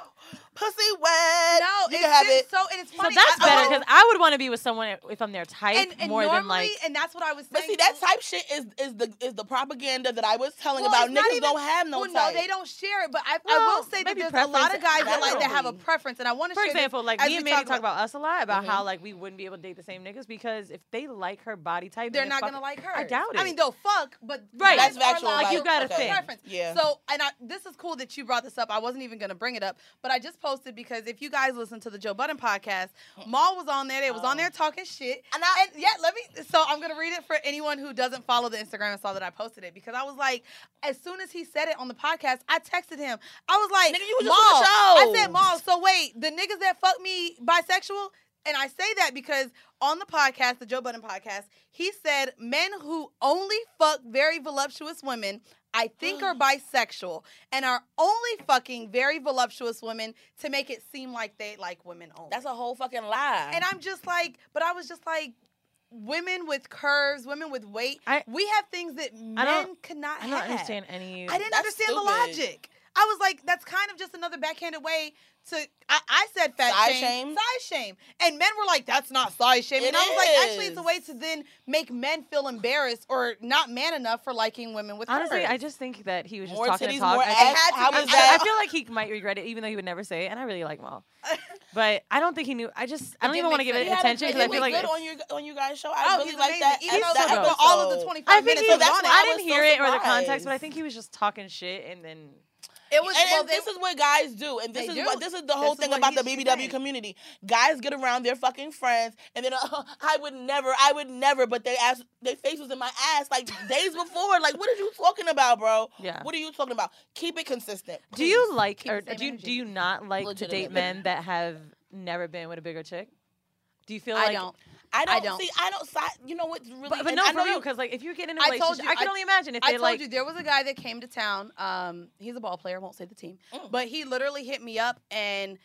S4: pussy wet.
S5: No,
S4: you
S5: it's
S4: can have
S5: just
S4: it.
S5: so and it's
S8: so
S5: funny.
S8: that's
S5: I- I
S8: better
S5: wanna-
S8: because I would want to be with someone if I'm their type
S5: and, and
S8: more
S5: normally,
S8: than like.
S5: and that's what I was saying.
S4: But see, that type shit is is the is the propaganda that I was telling
S5: Well,
S4: about.
S5: it's not
S4: Niggas
S5: even-
S4: don't have no
S5: well,
S4: type.
S5: no, they don't share it. But I, I
S8: Well,
S5: will say that
S8: maybe
S5: there's a lot of guys
S8: preference.
S5: that like that have a
S8: Definitely.
S5: preference, and I want to.
S8: For
S5: share this
S8: example, like
S5: as
S8: me
S5: we
S8: and Mandy talk, about us a lot about how
S5: Mhm.
S8: like we wouldn't be able to date the same niggas because if they like her body type,
S5: they're
S8: then
S5: not
S8: fuck
S5: gonna
S8: it.
S5: like her.
S8: I doubt it.
S5: I mean, they'll fuck, but
S8: Right.
S5: that's
S8: That's factual,
S5: Like,
S8: like,
S5: you
S8: you
S5: got
S8: gotta
S5: a
S8: think.
S5: preference.
S8: Yeah.
S5: So, and I, this is cool that you brought this up. I wasn't even gonna bring it up, but I just posted because if you guys listen to the Joe Budden podcast,
S8: Mm.
S5: Maul was on there. They was
S8: Oh.
S5: on there talking shit. And, I, and yeah, let me. So I'm gonna read it for anyone who doesn't follow the Instagram and saw that I posted it because I was like, as soon as he said it on the podcast, I texted him. I was like,
S4: Nigga, you was just
S5: Maul.
S4: on the
S5: I
S4: show.
S5: said, Maul. So wait, the niggas that fuck me bisexual. And I say that because on the podcast, the Joe Budden podcast, he said men who only fuck very voluptuous women, I think are bisexual, and are only fucking very voluptuous women to make it seem like they like women only. That's
S4: a whole fucking lie.
S5: And I'm just like, but I was just like, women with curves, women with weight, we have things that
S8: I don't-
S5: men cannot
S8: I
S5: have.
S8: don't understand any.
S5: I didn't
S8: That's
S5: understand the
S8: stupid.
S5: logic. I was like, that's kind of just another backhanded way to. I, I said fat
S4: Size
S5: shame,
S4: shame?
S5: size shame, and men were like, that's not size shame,
S4: It
S5: and I was like, actually, it's
S4: is.
S5: a way to then make men feel embarrassed or not man enough for liking women with
S8: Honestly,
S5: curves.
S8: I just think that he was just
S5: More
S8: talking
S5: titties,
S8: to talk.
S5: more
S8: I think-
S5: ass, how
S8: I,
S5: is
S8: I-
S5: that?
S8: I feel like he might regret it, even though he would never say it. And I really like Maul, but I don't think he knew. I just I don't even want to give it
S4: He had a-
S8: attention because I
S4: it was
S8: feel like
S4: good
S8: it's-
S4: on your on you guys show. I
S5: Oh,
S4: really
S5: he's
S4: like that.
S5: amazing. He's
S4: that
S5: so good.
S4: episode.
S5: All of the 25
S8: I think
S5: minutes
S8: he
S5: was
S8: was.
S5: on it.
S8: I
S5: I was
S8: didn't
S5: so
S8: hear it or the context,
S4: surprised.
S8: but I think he was just talking shit and then.
S5: It was.
S4: And,
S8: well,
S4: and this is what guys do, and this
S8: they
S4: is
S8: do.
S4: what this is the
S8: This
S4: whole
S8: is
S4: thing
S8: what
S4: about
S8: he
S4: the
S8: should
S4: BBW
S8: say.
S4: community. Guys get around their fucking friends, and then uh, I would never, I would never, but they ass, their face was in my ass like days before. Like, what are you talking about, bro?
S8: Yeah.
S4: What are you talking about? Keep it consistent.
S8: Do you like
S4: Keep
S8: or
S4: the same
S8: do you, do you not like to date
S4: Legitimately.
S8: men that have never been with a bigger chick? Do you feel
S4: I
S8: like
S4: don't. I don't, see. I don't. si- You know what's really.
S8: But, but
S4: and
S8: no,
S4: I
S8: for
S4: know
S8: real,
S4: you-
S8: because like if you get in a
S5: I
S8: relationship,
S5: told you.
S8: I can only imagine if
S5: I
S8: they
S5: told
S8: like.
S5: you there was a guy that came to town. Um, he's a ball player. Won't say the team,
S8: Mm.
S5: but he literally hit me up and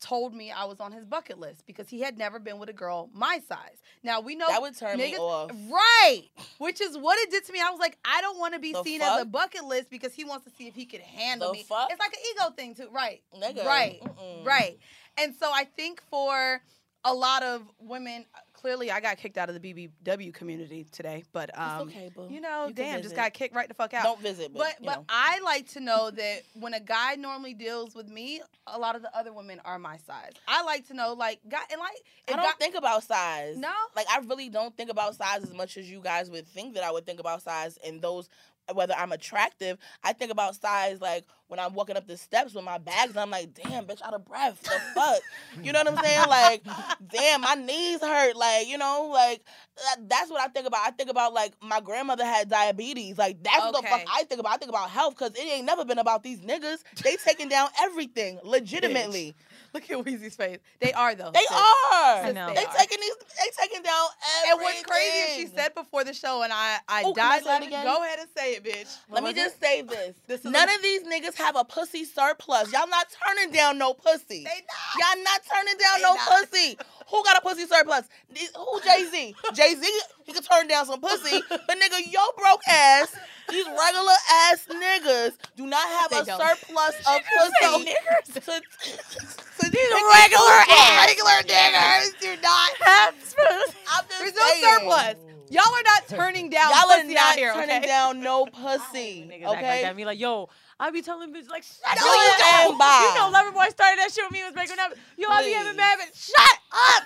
S5: told me I was on his bucket list because he had never been with a girl my size. Now we know
S4: That would turn me
S5: niggas-
S4: off.
S5: right? Which is what it did to me. I was like, I don't want to be
S4: The
S5: seen as a
S4: fuck?
S5: bucket list because he wants to see if he could handle
S4: The
S5: me.
S4: fuck?
S5: It's like an ego thing too, right?
S4: Nigga,
S5: Right,
S4: mm-mm.
S5: right. And so I think for a lot of women, clearly I got kicked out of the BBW community today, but um,
S4: okay, boo.
S5: you know,
S4: You can
S5: damn, just
S4: visit.
S5: got kicked right the fuck out.
S4: Don't visit, but,
S5: but
S4: you know.
S5: I like to know that when a guy normally deals with me, a lot of the other women are my size. I like to know, like, guy and like,
S4: I
S5: if
S4: don't
S5: guy-
S4: think about size.
S5: No?
S4: Like I really don't think about size as much as you guys would think that I would think about size and those whether I'm attractive. I think about size like when I'm walking up the steps with my bags and I'm like, damn, bitch, out of breath. The fuck? You know what I'm saying? Like, damn, my knees hurt. Like, you know, like that, that's what I think about. I think about like my grandmother had diabetes. Like that's what the
S5: Okay.
S4: fuck I think about. I think about health because it ain't never been about these niggas. They taking down everything legitimately.
S5: Look at Weezy's face. They are though.
S4: They
S5: sis.
S4: are.
S5: Sis,
S4: They taking these. They taking down everything.
S5: And what's crazy is she said before the show, and I I
S4: Ooh, can
S5: died
S4: I say it
S5: laughing.
S4: again?
S5: Go ahead and say it, bitch.
S4: Let me just say this.
S5: This is
S4: None
S5: a-
S4: of these niggas have a pussy surplus. Y'all not turning down no pussy. They not. Y'all not turning down
S5: They
S4: no
S5: not.
S4: pussy.
S8: Who got a pussy surplus? These- Who Jay Z? Jay Z, he could turn down some pussy, but nigga, yo broke ass, these regular ass niggas do not have a surplus of pussy. Niggas. To, to these
S4: regular ass
S8: regular niggas do not have pussy.
S4: There's no surplus. Y'all are not turning down
S8: Y'all are
S4: pussy
S8: not
S4: out here,
S8: turning
S4: okay?
S8: down no pussy.
S5: Niggas act like
S8: Okay.
S5: that. Me like, yo, I be telling bitches like, shut
S8: No,
S5: up.
S8: you don't, Bob.
S5: You know, Loverboy started that shit with me. Was breaking up. Yo, I be having mad, but shut up,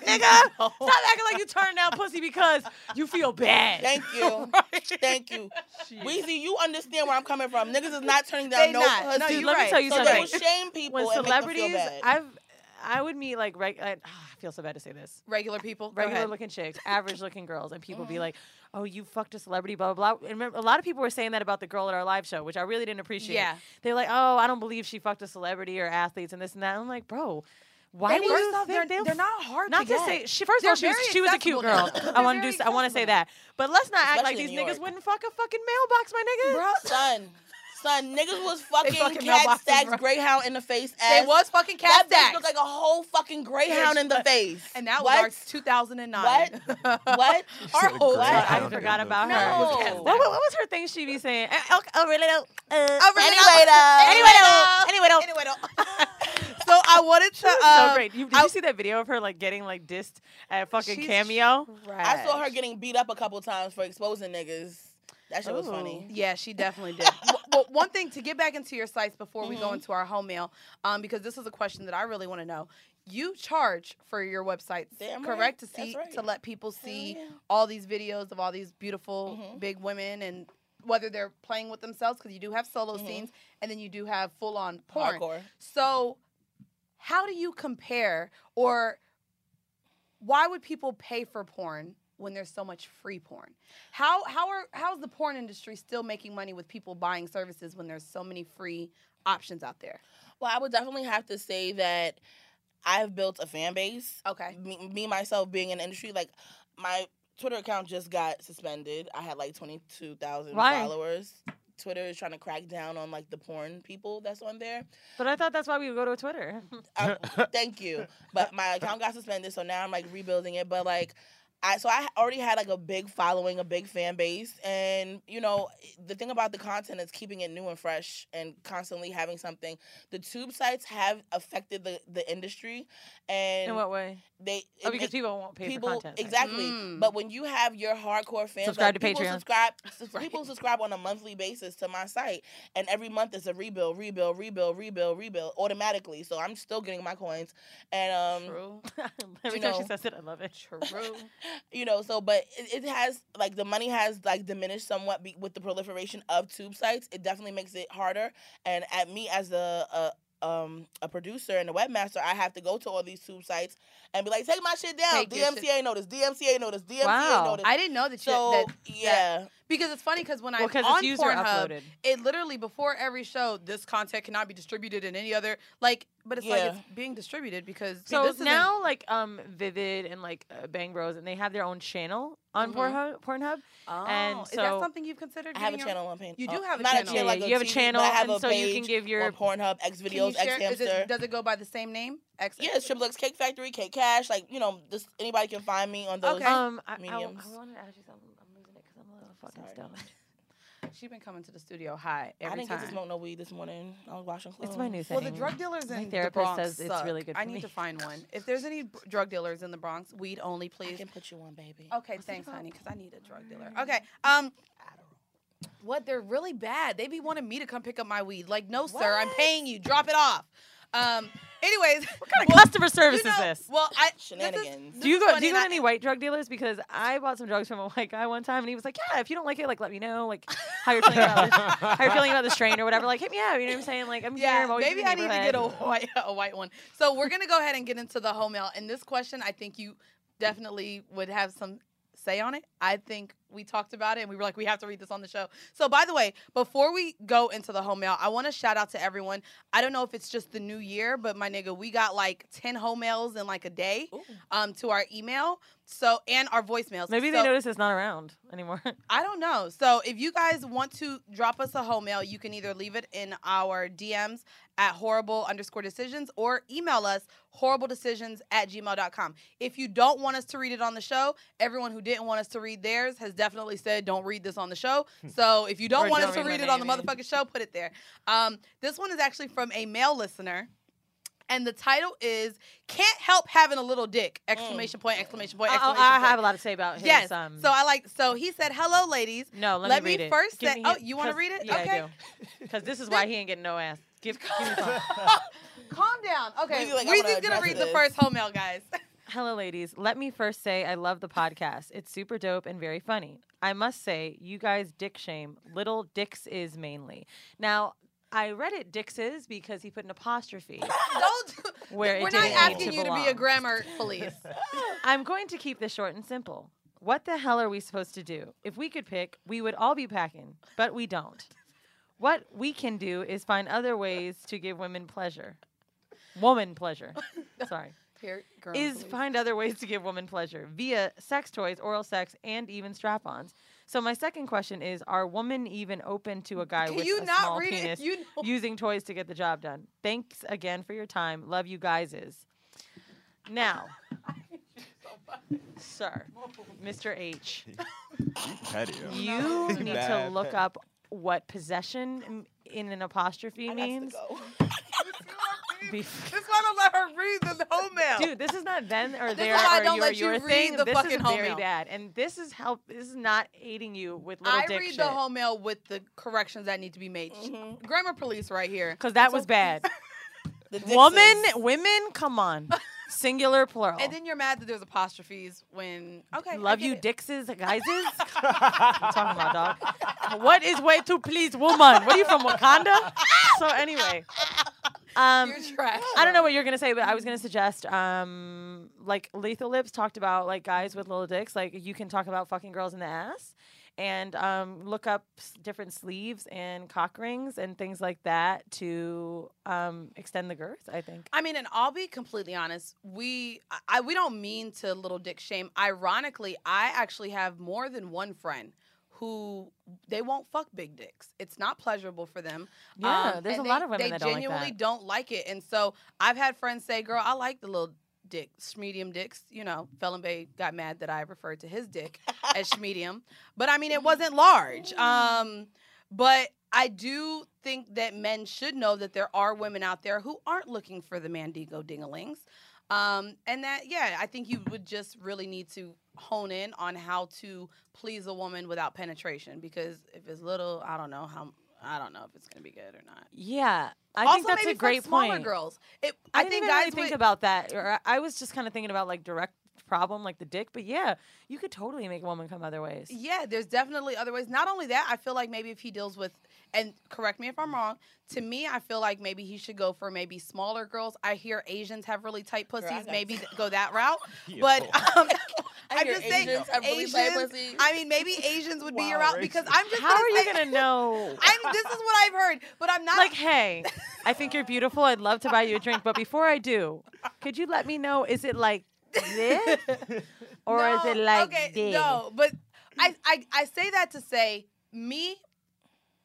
S5: nigga. Stop acting like you turned down pussy because you feel bad.
S8: Thank you. Thank you. Weezy, you understand where I'm coming from. Niggas is not turning down
S5: They
S8: no
S5: not.
S8: pussy.
S5: No, Dude, you let me right. tell you
S8: so
S5: something.
S8: They will shame people
S5: When
S8: and
S5: celebrities,
S8: make them feel bad.
S5: I've, I would meet like reg- I, ah, I feel so bad to say this.
S4: Regular people. Go
S5: regular
S4: ahead.
S5: looking chicks, average looking girls, and people be like, "Oh, you fucked a celebrity, blah blah." blah. And remember, a lot of people were saying that about the girl at our live show, which I really didn't appreciate.
S4: Yeah.
S5: they're like, "Oh, I don't believe she fucked a celebrity or athletes and this and that." I'm like, bro. Why
S4: And
S5: do
S4: first
S5: you
S4: off,
S5: think
S4: they're-
S5: they'll
S4: they're
S5: f-
S4: not hard
S5: Not
S4: to
S5: just say
S4: get.
S5: she. First
S4: They're
S5: of all, she was,
S4: very
S5: she was a cute girl.
S4: accessible now.
S5: I
S4: They're
S5: want to
S4: very
S5: do. s- I want to say that, but let's not act like
S8: Especially
S5: these
S8: in New
S5: niggas
S8: York.
S5: wouldn't fuck a fucking mailbox, my nigga. Bro,
S8: son, son, niggas was fucking,
S5: fucking
S8: cat
S5: mailboxes,
S8: stacks
S5: bro.
S8: greyhound in the face.
S4: They
S8: Ass.
S4: was fucking
S8: that
S4: cat
S8: bitch
S4: stacks.
S8: looked like a whole fucking greyhound in the face.
S4: And that
S8: What?
S4: was our 2009.
S8: What? What?
S4: Our whole
S5: I forgot about her.
S8: No.
S5: What, what, what was her thing she be saying? Eh, Oh, oh really though? Uh,
S4: Oh, really
S5: anyway though. Anyway
S4: though?
S5: though.
S4: Anyway though.
S5: Anyway though.
S4: So I wanted to.
S5: so
S4: um,
S5: great. You, did you see that video of her like getting like dissed at fucking
S8: She's
S5: cameo?
S8: I saw her getting beat up a couple times for exposing niggas. That shit was
S4: Ooh.
S8: funny.
S4: Yeah, she definitely did. well, well, one thing to get back into your sites before we
S8: Mm-hmm.
S4: go into our home mail, um, because this is a question that I really want to know. You charge for your websites,
S8: Damn right.
S4: correct? To
S8: That's
S4: see
S8: right.
S4: to let people see
S8: yeah.
S4: all these videos of all these beautiful
S8: Mhm.
S4: big women and whether they're playing with themselves because you do have solo
S8: Mhm.
S4: scenes and then you do have full on porn.
S8: Mm-hmm. Hardcore.
S4: So, how do you compare or why would people pay for porn when there's so much free porn? How how are how's the porn industry still making money with people buying services when there's so many free options out there?
S8: Well, I would definitely have to say that I've built a fan base.
S4: Okay.
S8: Me, me myself being in the industry, like my Twitter account just got suspended. I had like twenty two thousand
S5: Why?
S8: followers. Twitter is trying to crack down on like the porn people that's on there.
S5: But I thought that's why we would go to Twitter.
S8: Um, thank you. But my account got suspended, so now I'm like rebuilding it. But like, I so I already had like a big following, a big fan base, and you know the thing about the content is keeping it new and fresh and constantly having something. The tube sites have affected the the industry, and
S5: In what way?
S8: they
S5: Oh,
S8: it
S5: because
S8: make-
S5: people won't pay for content, right?
S8: exactly.
S5: Mm.
S8: But when you have your hardcore fans,
S5: Subscribe
S8: like,
S5: to
S8: people
S5: Patreon.
S8: Subscribe, sus- people subscribe on a monthly basis to my site, and every month it's a rebuild, rebuild, rebuild, rebuild, rebuild automatically. So I'm still getting my coins, and um,
S4: True.
S5: Every
S8: you
S5: time she
S8: know.
S5: says it, I love it.
S4: True.
S8: you know so but it, it has like the money has like diminished somewhat be- with the proliferation of tube sites it definitely makes it harder and at me as a, a um a producer and a webmaster i have to go to all these tube sites and be like take my shit down
S4: Take your
S8: dmca notice dmca notice dmca notice
S4: I didn't know that. you-
S8: so
S4: that, that-
S8: Oh, yeah
S4: because it's funny because when
S8: Well,
S4: I'm
S8: 'cause it's
S4: on
S8: user
S4: Pornhub,
S8: uploaded.
S4: it literally before every show, this content cannot be distributed in any other like. But it's like
S5: Yeah.
S4: it's being distributed because see,
S5: So
S4: this isn't-
S5: now, like, um, Vivid and like uh, Bang Bros, and they have their own channel on Pornhub.
S4: Mhm.
S5: Pornhub.
S4: Oh,
S5: and
S4: is that
S5: so-
S4: something you've considered?
S8: I have a
S4: getting your-
S8: channel on Pan-
S4: You
S8: uh,
S4: do have a
S8: not a
S4: channel.
S8: channel, Yeah, like a
S5: you have a
S8: TV, but I
S5: channel,
S8: have
S5: and
S8: a
S5: so you can
S8: page
S5: give your
S8: on Pornhub, X
S4: Can
S8: videos,
S4: you share-
S8: X
S4: is it-
S8: hamster.
S4: Does it go by the same name? X.
S8: yeah, it's Triple X Cake Factory, Cake Cash. Like you know, this anybody can find me on those
S4: Okay. Um,
S5: I- I- I
S8: mediums.
S5: wanted to ask you something. I'm losing it because I'm a little fucking stoned.
S4: She's been coming to the studio high every
S8: I didn't
S4: time.
S8: get to smoke no weed this morning. I was washing clothes.
S5: It's my new
S4: Well, the
S5: thing.
S4: drug dealers
S5: My
S4: in the
S5: therapist
S4: Bronx
S5: says it's
S4: suck.
S5: really good
S4: I
S5: for
S4: need
S5: me.
S4: to find one. If there's any b- drug dealers in the Bronx, weed only, please. I can
S8: put you on, baby.
S4: Okay, thanks, honey, because I need a drug dealer.
S5: Mm.
S4: Okay. Um. What? They're really bad. They be wanting me to come pick up my weed. Like, no, sir, I'm paying you. Drop it off. Um. Anyways, what kind
S5: of customer service is this?
S4: Well, I
S8: shenanigans.
S5: Do you go? Do you go to any white drug dealers? Because I bought some drugs from a white guy one time, and he was like, "Yeah, if you don't like it, like let me know, like how you're feeling about this, how you're feeling about this strain or whatever. Like hit me up. You know what I'm saying? Like I'm here.
S4: Yeah,
S5: I'm always in
S4: maybe
S5: the
S4: I need to get a
S5: neighborhood."
S4: white, a white one. So we're gonna go ahead and get into the home mail. And this question, I think you definitely would have some say on it. I think we talked about it, and we were like, we have to read this on the show. So by the way, before we go into the home mail, I want to shout out to everyone. I don't know if it's just the new year, but my nigga, we got like ten home mails in like a day, um, to our email. So and our voicemails.
S5: Maybe
S4: So-
S5: they notice it's not around anymore.
S4: I don't know. So if you guys want to drop us a home mail, you can either leave it in our DMs at horrible underscore decisions or email us horribledecisions at gmail.com. If you don't want us to read it on the show, everyone who didn't want us to read theirs has definitely said don't read this on the show.
S5: Hmm.
S4: So if you don't
S8: Or
S4: want us
S8: don't
S4: to
S8: read
S4: read
S8: my
S4: it on the
S8: name in.
S4: motherfucking show, put it there. Um, this one is actually from a male listener. And the title is "Can't Help Having a Little Dick!" Exclamation point! Exclamation point!
S5: Mm. I- I-
S4: Exclamation
S5: I
S4: point.
S5: have a lot to say about his,
S4: Yes.
S5: um,
S4: so I like. So he said, "Hello, ladies.
S5: No, let, me, read it.
S4: first
S5: Give
S4: say.
S5: me
S4: oh,
S5: his-
S4: you want to
S5: 'cause-
S4: read it?
S5: Yeah,
S4: okay.
S5: Because this is why he ain't getting no ass. Give, give me some.
S4: Calm down. Okay.
S8: Weezy, like, I wanna
S4: Weezy's gonna
S8: address
S4: read the
S8: this.
S4: first home mail, guys.
S5: Hello, ladies. Let me first say I love the podcast. It's super dope and very funny. I must say, you guys dick shame little dicks is mainly. Now, I read it dicks is because he put an apostrophe. where it
S4: We're not
S5: didn't
S4: asking
S5: need
S4: you to be a
S5: belong.
S4: grammar police.
S5: I'm going to keep this short and simple. What the hell are we supposed to do? If we could pick, we would all be packing, but we don't. What we can do is find other ways to give women pleasure. Woman pleasure. Sorry.
S4: Here, girl,
S5: is
S4: please.
S5: find other ways to give women pleasure via sex toys, oral sex, and even strap-ons. So my second question is: Are women even open to a guy
S4: Can
S5: with
S4: you
S5: a
S4: not
S5: small
S4: read it?
S5: penis
S4: You
S5: using toys to get the job done? Thanks again for your time. Love you guys. Now, sir, Mr. H,
S12: You petty. yo.
S5: you need to
S12: Bad
S5: look
S12: petty.
S5: up what possession m- in an apostrophe means. Bef-
S4: That's why I don't let her read the home mail.
S5: Dude, this is not then or
S4: This is
S5: there
S4: why I
S5: or
S4: don't
S5: your,
S4: let you
S5: your
S4: read
S5: thing.
S4: the
S5: this
S4: fucking
S5: is
S4: home
S5: very
S4: mail.
S5: bad, and this is help. This is not aiding you with little
S4: I
S5: dick
S4: read
S5: shit.
S4: the home mail with the corrections that need to be made. Sh- Grammar police right here.
S5: because that was bad. Woman, women, come on, singular, plural.
S4: And then you're mad that there's apostrophes when okay. I
S5: Love
S4: get
S5: you,
S4: it.
S5: Dixes, guyses. I'm talking about dog. What is way to please woman? What are you from Wakanda? So anyway, um, I don't know what you're gonna say, but I was gonna suggest, um, like Lethal Lips talked about, like guys with little dicks. Like you can talk about fucking girls in the ass, and um, look up s- different sleeves and cock rings and things like that to um, extend the girth. I think.
S4: I mean, and I'll be completely honest. We I- I we don't mean to little dick shame. Ironically, I actually have more than one friend who they won't fuck big dicks. It's not pleasurable for them. Um,
S5: Yeah, there's
S4: and
S5: a lot of women
S4: they
S5: that don't like
S4: genuinely
S5: that.
S4: don't like it. And so I've had friends say, "Girl, I like the little." Dick, medium dicks, you know. Fellenbay got mad that I referred to his dick as medium, but I mean it wasn't large. Um, but I do think that men should know that there are women out there who aren't looking for the Mandigo dingalings. Um, and that, yeah, I think you would just really need to hone in on how to please a woman without penetration because if it's little, I don't know how, I don't know if it's going to be good or not.
S5: Yeah, I
S4: also,
S5: think that's
S4: maybe
S5: a
S4: fuck
S5: great
S4: smaller
S5: point.
S4: girls. It,
S5: I,
S4: I,
S5: didn't
S4: think
S5: even really
S4: guys
S5: think
S4: would,
S5: about that. Or I- I was just kind of thinking about like direct problem, like the dick. But yeah, you could totally make a woman come other ways.
S4: Yeah, there's definitely other ways. Not only that, I feel like maybe if he deals with, and correct me if I'm wrong, to me, I feel like maybe he should go for maybe smaller girls. I hear Asians have really tight pussies.
S8: got
S4: maybe th- go that route.
S8: Yeah.
S4: But um,
S8: I
S4: I'm
S8: hear
S4: just saying,
S8: Asians have really tight
S4: Asians-
S8: pussies.
S4: I mean, maybe Asians would be your
S5: Wow,
S4: route because
S5: racist.
S4: I'm just.
S5: How
S4: gonna
S5: are you
S4: say-
S5: gonna know?
S4: I'm. This is what I've heard, but I'm not
S5: like, hey, I think you're beautiful. I'd love to buy you a drink, but before I do, could you let me know? Is it like this, or is it
S4: No,
S5: like
S4: okay,
S5: this?
S4: no? But I, I I say that to say me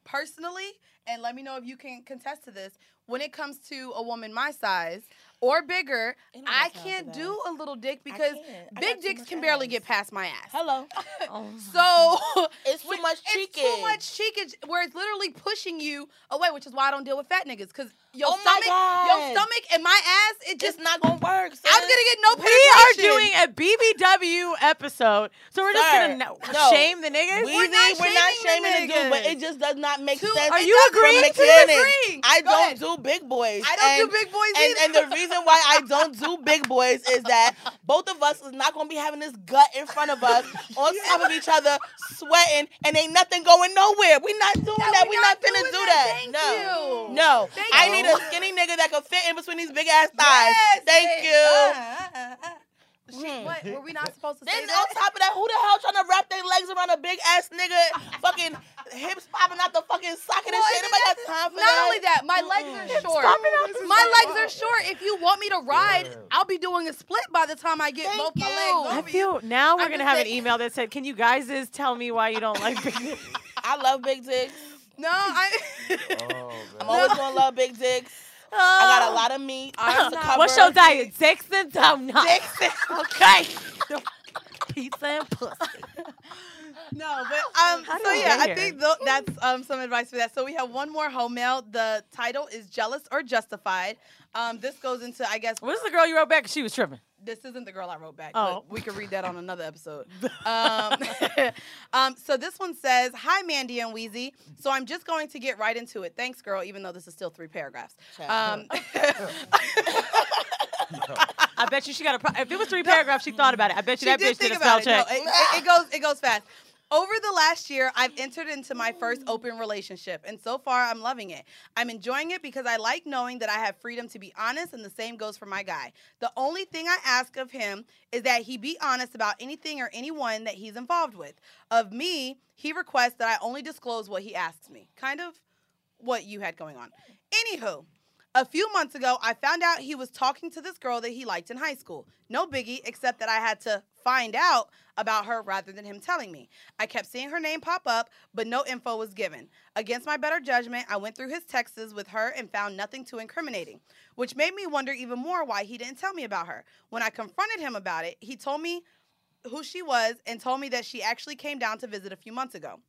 S4: personally, and let me know if you can contest to this. When it comes to a woman my size or bigger, I can't do a little dick because big dicks can barely get past my ass.
S8: Hello.
S5: Oh
S4: So
S8: it's too much cheekage.
S4: it's too much cheekage where it's literally pushing you away, which is why I don't deal with fat niggas. Cause your
S8: Oh my
S4: stomach,
S8: God.
S4: your stomach and my ass, it just
S8: not gonna work.
S4: I'm gonna get no penetration.
S5: We are doing a BBW episode, so we're just
S8: Sir,
S5: gonna no-
S8: no.
S5: shame the niggas.
S8: Weezy, we're not shaming, the dude, but
S5: niggas.
S8: it just does not make sense.
S5: are
S8: It
S5: you
S8: does from
S5: agreeing?
S8: the
S5: Two
S8: beginning.
S5: agreeing.
S8: I
S5: Go
S8: don't
S5: ahead.
S8: do big boys.
S4: I don't do big boys
S8: and, and the reason why I don't do big boys is that both of us is not gonna be having this gut in front of us on top of each other, sweating, and ain't nothing going nowhere. We're not doing that. We're not, gonna do that. no. No.
S4: Thank
S8: I
S4: you.
S8: need a skinny nigga that can fit in between these big ass thighs. Thank
S5: uh,
S8: you.
S4: Shit, what? Were we not supposed to
S8: Then
S4: say
S8: on
S4: that?
S8: top of that, who the hell trying to wrap their legs around a big ass nigga, fucking hips popping out the fucking socket and
S4: Well,
S8: shit?
S4: and
S8: Anybody got time for
S4: Not
S8: that?
S4: only that, my legs are short. My legs are short. If you want me to ride, I'll be doing a split by the time I get both my legs.
S5: I
S4: over you.
S5: feel now we're
S4: I'm
S5: gonna
S4: just
S5: have an
S4: saying-
S5: email that said, "Can you guys just tell me why you don't like?" big-"
S8: I love big dicks.
S4: No, I.
S8: I'm always gonna love big dicks. I
S4: Oh.
S8: got a lot of meat. Arms to cover.
S5: What's your diet? Dicks and donuts.
S8: Dicks
S5: okay. Pizza and pussy.
S4: No, but um,
S5: How
S4: so
S5: did we
S4: yeah,
S5: get
S4: I
S5: here?
S4: think tho- that's um some advice for that. So we have one more home mail. The title is "Jealous or Justified." Um, this goes into I guess.
S5: What's the girl you wrote back? She was tripping.
S4: This isn't the girl I wrote back.
S5: Oh.
S4: but we could read that on another episode. Um, um, so this one says, "Hi Mandy and Wheezy. So I'm just going to get right into it. Thanks, girl. Even though this is still three paragraphs. Um,
S5: I bet you she got a. Pro- if it was three paragraphs, she thought about it. I bet you that bitch did a spell
S4: about
S5: check.
S4: it. No, it, it- it goes it goes fast. Over the last year, I've entered into my first open relationship, and so far I'm loving it. I'm enjoying it because I like knowing that I have freedom to be honest, and the same goes for my guy. The only thing I ask of him is that he be honest about anything or anyone that he's involved with. Of me, he requests that I only disclose what he asks me. Kind of what you had going on. Anywho, a few months ago, I found out he was talking to this girl that he liked in high school. No biggie, except that I had to find out about her rather than him telling me. I kept seeing her name pop up, but no info was given. Against my better judgment, I went through his texts with her and found nothing too incriminating, which made me wonder even more why he didn't tell me about her. When I confronted him about it, he told me who she was and told me that she actually came down to visit a few months ago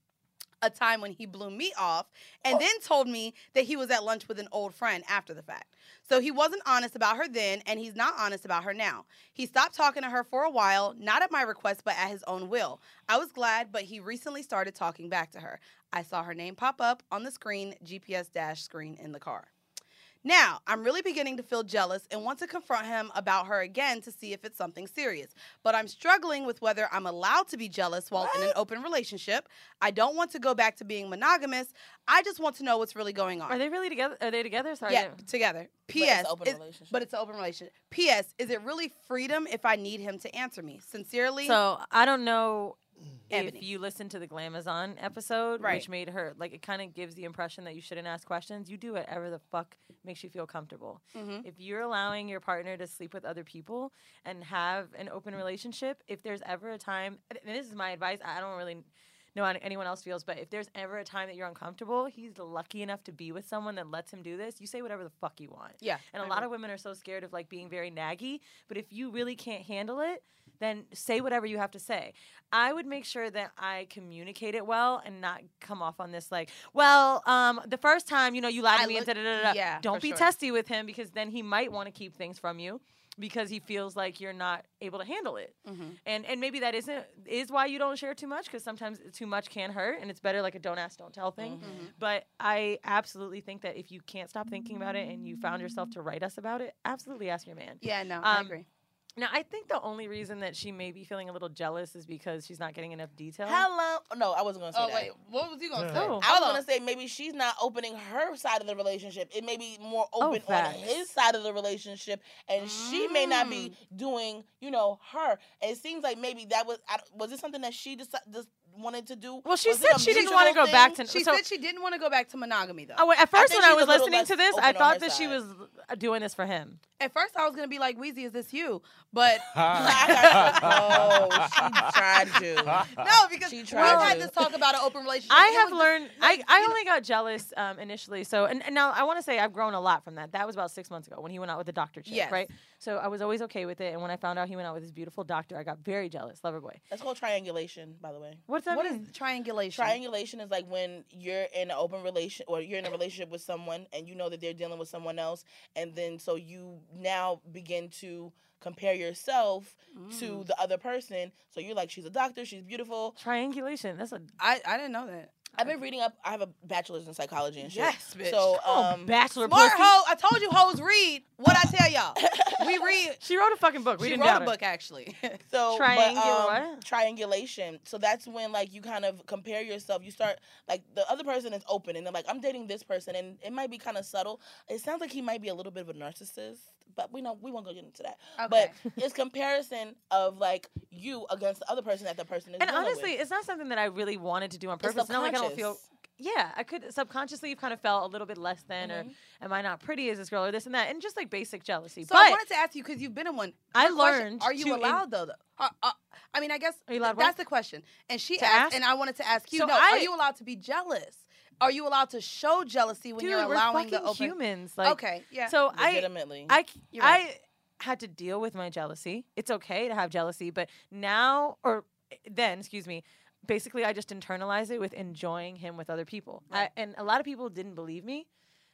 S4: a time when he blew me off and then told me that he was at lunch with an old friend after the fact. So he wasn't honest about her then and he's not honest about her now. He stopped talking to her for a while, not at my request but at his own will. I was glad, but he recently started talking back to her. I saw her name pop up on the screen, GPS dash screen in the car. Now, I'm really beginning to feel jealous and want to confront him about her again to see if it's something serious. But I'm struggling with whether I'm allowed to be jealous while in an open relationship. I don't want to go back to being monogamous. I just want to know what's really going on.
S5: Are they really together? Are they together? Sorry.
S4: yeah,
S5: I didn't-
S4: together. P.S. is- But it's an open relationship. P.S. Is it really freedom if I need him to answer me? Sincerely.
S5: So I don't know
S4: Ebony.
S5: if you listened to the Glamazon episode,
S4: Right.
S5: which made her like it kind of gives the impression that you shouldn't ask questions. You do whatever the fuck makes you feel comfortable.
S4: Mhm.
S5: If you're allowing your partner to sleep with other people and have an open relationship, if there's ever a time, and this is my advice, I I don't really know how anyone else feels, but if there's ever a time that you're uncomfortable, he's lucky enough to be with someone that lets him do this. You say whatever the fuck you want.
S4: Yeah,
S5: And
S4: I
S5: a lot
S4: agree.
S5: of women are so scared of like being very naggy, but if you really can't handle it, then say whatever you have to say. I would make sure that I communicate it well and not come off on this like, well, um, the first time, you know, you lied to
S4: I
S5: me and
S4: look-
S5: da da da da.
S4: yeah,
S5: Don't
S4: for
S5: be
S4: sure.
S5: testy with him because then he might want to keep things from you because he feels like you're not able to handle it
S4: Mhm.
S5: and and maybe that isn't is why you don't share too much because sometimes too much can hurt and it's better like a don't ask don't tell thing
S4: Mhm.
S5: but i absolutely think that if you can't stop thinking about it and you found yourself to write us about it absolutely ask your man
S4: Yeah, no, I
S5: Um,
S4: agree.
S5: now i think the only reason that she may be feeling a little jealous is because she's not getting enough detail
S8: Hello. No, I wasn't gonna say
S5: Oh,
S8: that.
S5: wait.
S4: What was you
S5: gonna Yeah. say? Oh.
S8: I was
S5: Hold on.
S8: gonna say maybe she's not opening her side of the relationship. It may be more
S5: Oh,
S8: open on
S5: facts.
S8: his side of the relationship, and she may not be
S4: Mm.
S8: doing, you know, her. It seems like maybe that was I, don't- was it something that she just, just wanted to do?
S5: Well, she
S8: Was it
S5: said
S8: a
S5: she didn't
S8: mutual
S5: wanna go back
S8: thing?
S5: to-
S4: She
S5: so-
S4: said she didn't want to go back to monogamy though.
S5: Oh, wait, at first
S4: think
S5: when I
S4: she's a
S5: was
S4: little
S5: listening
S4: less
S5: to this,
S4: open
S5: I
S4: on her
S5: thought that she
S4: side.
S5: was uh, doing this for him.
S4: At first, I was gonna be like, "Wheezy, is this you?" But
S8: oh, she tried to.
S4: no, because we
S8: tried
S4: had
S8: to.
S4: this talk about an open relationship.
S5: I
S4: It
S5: have
S4: was-
S5: learned. I, I only got jealous um, initially. So and, and now I want to say I've grown a lot from that. That was about six months ago when he went out with the doctor chick,
S8: Yes.
S5: right? So I was always okay with it. And when I found out he went out with this beautiful doctor, I got very jealous. Lover boy.
S8: That's called triangulation, by the way.
S5: What's that
S4: What is
S5: mean?
S4: triangulation?
S8: Triangulation is like when you're in an open relation or you're in a relationship with someone and you know that they're dealing with someone else and then so you now begin to compare yourself to
S5: Mm.
S8: the other person. So you're like, she's a doctor, she's beautiful.
S5: Triangulation. That's a
S4: I, I didn't know that.
S8: I've been reading up. I have a bachelor's in psychology and shit.
S4: Yes, bitch.
S8: So
S5: Oh,
S8: um,
S5: bachelor
S4: Smart
S5: pussy.
S4: hoe. I told you hoes read what I tell y'all. we read.
S5: She wrote a fucking book. We
S4: she
S5: didn't
S4: wrote
S5: doubt
S4: a
S5: her.
S4: book actually.
S8: So
S5: Triangular
S8: but, um, Triangulation. So that's when like you kind of compare yourself. You start like the other person is open and they're like, I'm dating this person, and it might be kind of subtle. It sounds like he might be a little bit of a narcissist, but we know we won't go get into that. But it's comparison of like you against the other person that the person is.
S5: And
S8: dealing
S5: honestly,
S8: with.
S5: it's not something that I really wanted to do on
S8: It's
S5: purpose. It's not like I don't feel.
S8: subconscious.
S5: Yeah, I could subconsciously have kind of felt a little bit less than,
S4: Mhm.
S8: Mm-hmm.
S5: or am I not pretty as this girl, or this and that, and just like basic jealousy.
S4: So
S5: but
S4: I wanted to ask you because you've been in one.
S5: I
S4: Quick question,
S5: learned
S4: Are you
S5: to in-
S4: allowed though? though? Are- are- I mean, I guess
S5: Are you allowed
S4: that's
S5: what?
S4: the question. And she
S5: To
S4: asked,
S5: ask?
S4: and I wanted to ask you.
S5: So
S4: no, are
S5: I-
S4: you allowed to be jealous? are you allowed to show jealousy when
S5: Dude,
S4: you're
S5: we're
S4: allowing the
S5: fucking
S4: open
S5: humans. Like,
S4: okay, yeah.
S5: So
S8: Legitimately.
S5: I, I, c-
S4: You're right.
S5: I had to deal with my jealousy. It's okay to have jealousy, but now or eh, then, excuse me. Basically, I just internalize it with enjoying him with other people. I, and a lot of people didn't believe me.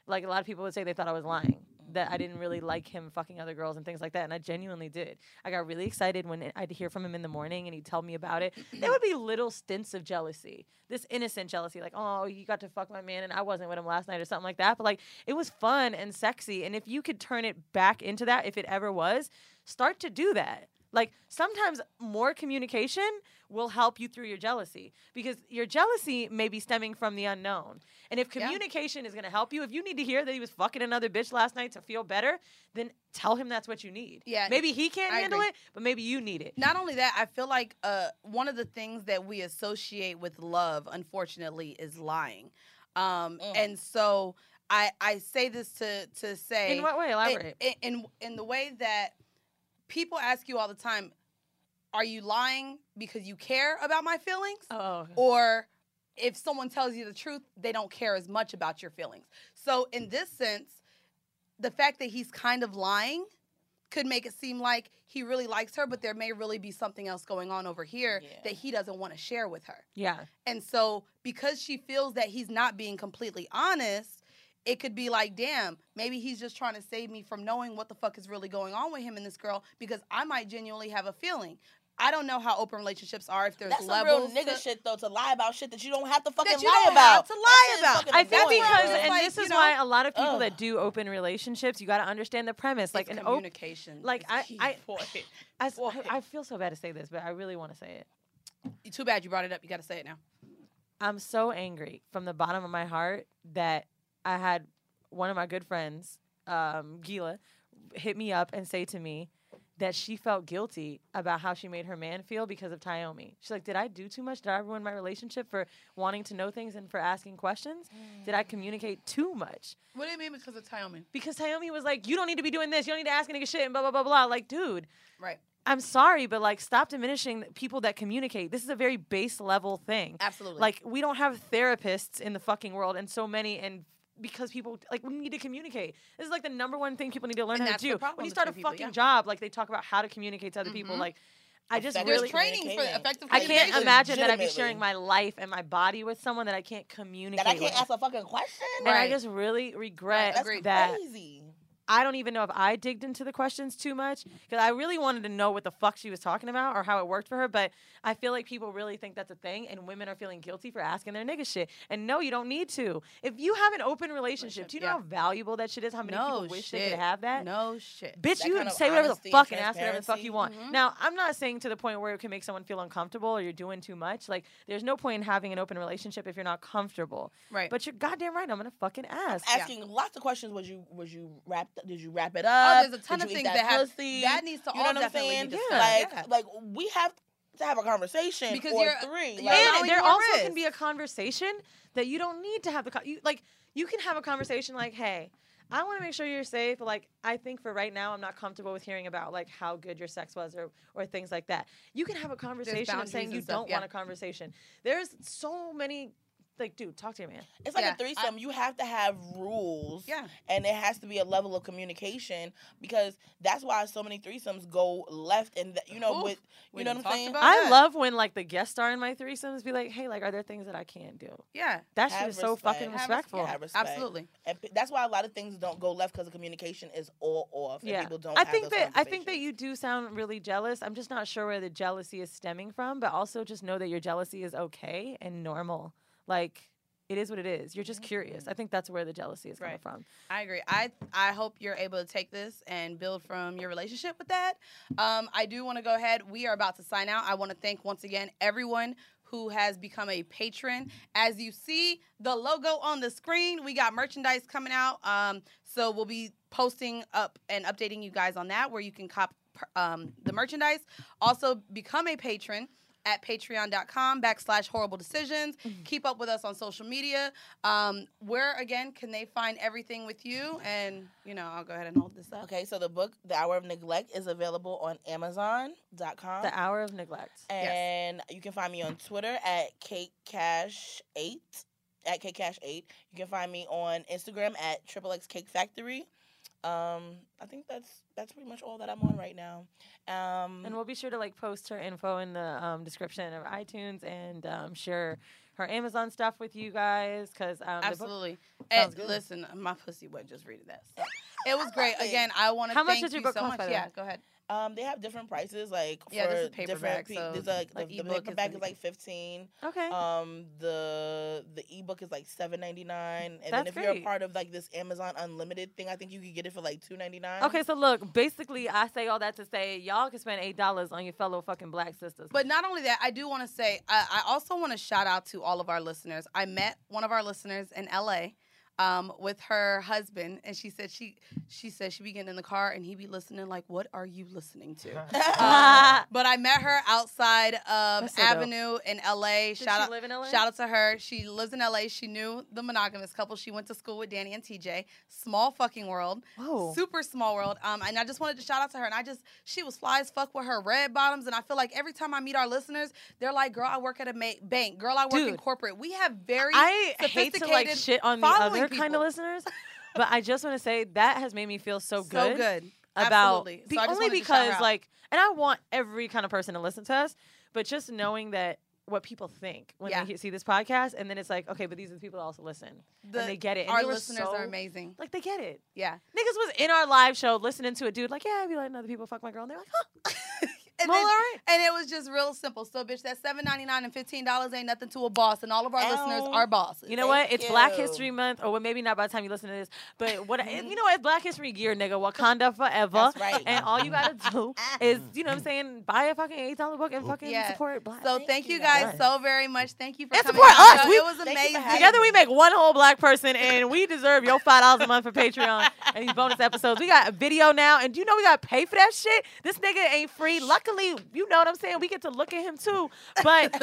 S5: Like a lot of people would say they thought I was lying, that I didn't really like him fucking other girls and things like that. And I genuinely did. I got really excited when I'd hear from him in the morning and he'd tell me about it. there would be little stints of jealousy, this innocent jealousy, like, oh, you got to fuck my man and I wasn't with him last night or something like that. But like, it was fun and sexy. And if you could turn it back into that, if it ever was, start to do that. Like sometimes more communication will help you through your jealousy because your jealousy may be stemming from the unknown. And if communication is going to help you, if you need to hear that he was fucking another bitch last night to feel better, then tell him that's what you need.
S4: Yeah,
S5: Maybe he can't
S4: I
S5: handle
S4: agree.
S5: it, but maybe you need it.
S4: Not only that, I feel like uh, one of the things that we associate with love, unfortunately, is lying. Um,
S5: Mm.
S4: And so I I say this to to say
S5: In what way? Elaborate.
S4: In in, in the way that people ask you all the time, are you lying because you care about my feelings?
S5: Oh.
S4: Or if someone tells you the truth, they don't care as much about your feelings. So in this sense, the fact that he's kind of lying could make it seem like he really likes her, but there may really be something else going on over here that he doesn't want to share with her.
S5: Yeah.
S4: And so, because she feels that he's not being completely honest, it could be like, damn, maybe he's just trying to save me from knowing what the fuck is really going on with him and this girl because I might genuinely have a feeling. I don't know how open relationships are if there's
S8: That's some real
S4: levels.
S8: nigga
S4: to-
S8: shit though to lie about shit that you don't have to fucking
S4: you
S8: lie
S4: don't
S8: about.
S4: have to lie
S8: That shit is
S4: about.
S8: fucking
S5: I think
S8: annoying.
S5: because,
S4: it's
S5: and
S4: like,
S5: this
S4: you
S5: is
S4: know,
S5: why a lot of people
S4: ugh.
S5: that do open relationships, you got to understand the premise, like an open
S4: communication.
S5: Like I, I,
S4: boy.
S5: I, s- I feel so bad to say this, but I really want to say it.
S4: Too bad you brought it up. You got to say it now.
S5: I'm so angry from the bottom of my heart that I had one of my good friends, um, Gila, hit me up and say to me that she felt guilty about how she made her man feel because of Taomi. She's like, Did I do too much? Did I ruin my relationship for wanting to know things and for asking questions? Did I communicate too much?
S4: What do you mean because of Taomi?
S5: Because Taomi was like, You don't need to be doing this. You don't need to ask a nigga shit and blah, blah, blah, blah. Like, dude.
S4: Right.
S5: I'm sorry, but like, stop diminishing the people that communicate. This is a very base level thing.
S4: Absolutely.
S5: Like, we don't have therapists in the fucking world, and so many, and because people like we need to communicate. This is like the number one thing people need to learn
S4: And
S5: how
S4: that's
S5: to
S4: the
S5: do.
S4: problem
S5: When you
S4: with
S5: start a
S4: some people,
S5: fucking
S4: yeah. Mm-hmm.
S5: job, like they talk about how to communicate to other people. Like, I just
S4: Effective
S5: really
S4: There's training for communicating. effective
S5: I can't
S4: communication.
S5: imagine that I'd be
S4: Legitimately.
S5: sharing my life and my body with someone that I can't communicate.
S8: that I can't
S5: with.
S8: ask a fucking question.
S5: And I just really regret
S8: That's
S5: that.
S8: crazy.
S5: I don't even know if I digged into the questions too much because I really wanted to know what the fuck she was talking about or how it worked for her. But I feel like people really think that's a thing, and women are feeling guilty for asking their nigga shit. And no, you don't need to. If you have an open relationship, do you know how valuable that shit is? How many people wish they could have that?
S4: No shit.
S5: Bitch,
S4: That
S5: you
S4: kind
S5: can
S4: of
S5: say whatever
S4: honesty
S5: the
S4: and
S5: fuck and ask whatever the fuck you want.
S4: transparency. Mhm.
S5: Now, I'm not saying to the point where it can make someone feel uncomfortable or you're doing too much. Like, there's no point in having an open relationship if you're not comfortable.
S4: Right.
S5: But you're goddamn right. I'm gonna fucking ask.
S8: Asking lots of questions. Was you was you wrapped? Did you wrap it up?
S4: Oh, there's a ton
S8: Did
S4: of
S8: you eat
S4: things that have-
S8: pussy?
S4: that needs to
S8: you
S4: all
S8: know what I'm
S4: definitely be
S8: saying?
S4: discussed.
S8: Like
S4: Yeah.
S8: like we have to have a conversation
S4: Because
S8: or
S4: you're-
S8: three.
S4: you're
S8: like-
S5: and there also can be a conversation that you don't need to have the con- you, like you can have a conversation like hey i want to make sure you're safe but like i think for right now i'm not comfortable with hearing about like how good your sex was or or things like that you can have a conversation of
S8: boundaries
S5: saying
S8: and
S5: you
S8: stuff,
S5: don't
S8: yeah.
S5: want a conversation there's so many like dude talk to your man
S8: It's like a threesome. you have to have rules. Yeah. And it has to be a level of communication because that's why so many threesomes go left and th- you know
S5: Oof.
S8: with
S5: We
S8: you know
S5: done
S8: what I'm
S5: talked
S8: saying.
S5: about I that. love when like the guest star in my threesomes be like, "Hey, like, are there things that I can't do?"
S4: Yeah.
S5: That shit is so fucking respectful.
S8: Have respect. And p- that's why a lot of things don't go left because the communication is all off. And people don't
S5: I
S8: have
S5: think
S8: those
S5: that I think that you do sound really jealous. I'm just not sure where the jealousy is stemming from, but also just know that your jealousy is okay and normal. Like it is what it is. You're just curious.
S8: Mm-hmm.
S5: I think that's where the jealousy is coming from.
S4: I agree. I I hope you're able to take this and build from your relationship with that. Um, I do want to go ahead. We are about to sign out. I want to thank once again everyone who has become a patron. As you see the logo on the screen, we got merchandise coming out. Um, so we'll be posting up and updating you guys on that, where you can cop um, the merchandise. Also, become a patron at patreon.com backslash horrible decisions. Keep up with us on social media. Um, where again can they find everything with you? And you know, I'll go ahead and hold this up.
S8: Okay, so the book The Hour of Neglect is available on Amazon.com.
S5: The hour of neglect.
S8: And you can find me on Twitter at Kate Cash 8 at KCash8. You can find me on Instagram at Triple X Cake Factory. Um, I think that's that's pretty much all that I'm on right now. Um,
S5: and we'll be sure to like post her info in the um, description of iTunes and um, share her Amazon stuff with you guys because um, the book-
S4: Absolutely.
S5: Sounds
S4: And
S5: good.
S4: listen, my pussy wet just reading that. So. It was great. Again, I want to
S5: How much
S4: thank
S5: did your
S4: you
S5: book
S4: so
S5: cost,
S4: much.
S5: by the
S4: yeah,
S5: way?
S4: go ahead.
S8: Um, they have different prices, like
S4: Yeah,
S8: for
S4: this is paperback,
S8: different.
S4: so,
S8: there's like,
S4: like,
S8: the, the
S4: ebook is
S8: paperback
S4: gonna
S8: is like fifteen.
S5: Okay.
S8: Um, the the ebook is like seven ninety nine, and then
S5: That's
S8: if you're a
S5: great.
S8: part of like this Amazon Unlimited thing, I think you could get it for like two ninety nine.
S5: Okay, so look, basically, I say all that to say y'all can spend eight dollars on your fellow fucking black sisters.
S4: But not only that, I do want to say I, I also want to shout out to all of our listeners. I met one of our listeners in LA um, with her husband, and she said she she said she be getting in the car and he be listening like, "What are you listening to?" Um, but I met her outside of
S5: That's so dope.
S4: Avenue in LA.
S5: Did
S4: shout
S5: she
S4: out,
S5: live in LA?
S4: shout out to her. She lives in LA. She knew the monogamous couple. She went to school with Danny and TJ. Small fucking world.
S5: Whoa.
S4: Super small world. Um, and I just wanted to shout out to her. And I just, she was fly as fuck with her red bottoms. And I feel like every time I meet our listeners, they're like, girl, I work at a ma- bank. Girl, I work in
S5: Dude.
S4: corporate. We have very
S5: I hate
S4: sophisticated
S5: to like shit on the
S4: following
S5: other kind
S4: people.
S5: of listeners, but I just want to say that has made me feel so good.
S4: So good.
S5: About
S4: Absolutely.
S5: be-
S4: So I just
S5: only
S4: wanted to shout her
S5: because
S4: out.
S5: like, and I want every kind of person to listen to us, but just knowing that what people think when
S4: Yeah.
S5: they he- see this podcast, and then it's like, okay, but these are the people that also listen,
S4: The-
S5: and they get it. And
S4: Our
S5: they were
S4: listeners
S5: so-
S4: are amazing.
S5: Like they get it.
S4: Yeah.
S5: Niggas was in our live show listening to a dude like, yeah, I be letting other people fuck my girl, and they're like, huh.
S4: And then- And it was just real simple. So, bitch, that seven ninety nine and fifteen dollars ain't nothing to a boss, and all of our listeners are bosses.
S5: Oh, You know what? It's Black History Month, or well, maybe not by the time you listen to this, but what it- you know, what? it's Black History Year, nigga. Wakanda forever.
S4: That's right.
S5: And all you gotta do is, you know, what I'm saying, buy a fucking eight dollar book and fucking
S4: Yeah.
S5: support Black.
S4: So, thank, you guys
S5: guys.
S4: so very much. Thank you for
S5: And
S4: coming.
S5: support
S4: on the
S5: us.
S4: show.
S5: We-
S4: it was
S5: Thank you for
S4: amazing.
S5: Together we make one whole black person, and we deserve your five dollars a month for Patreon and these bonus episodes. We got a video now, and do you know we got to pay for that shit? This nigga ain't free. Luckily, you know what I'm saying. We get to look at him too. But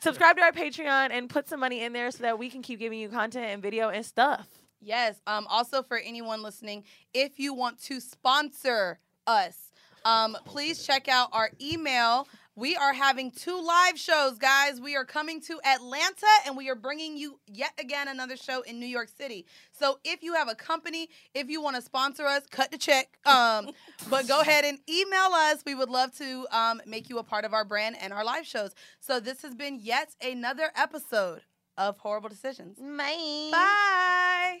S5: subscribe to our Patreon and put some money in there so that we can keep giving you content and video and stuff.
S4: Yes. Um, also for anyone listening, if you want to sponsor us, um, please check out our email. We are having two live shows, guys. We are coming to Atlanta and we are bringing you yet again another show in New York City. So if you have a company, if you want to sponsor us, cut the check. Um, but go ahead and email us. We would love to um, make you a part of our brand and our live shows. So this has been yet another episode of Horrible Decisions. Bye.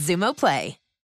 S2: Zumo Play.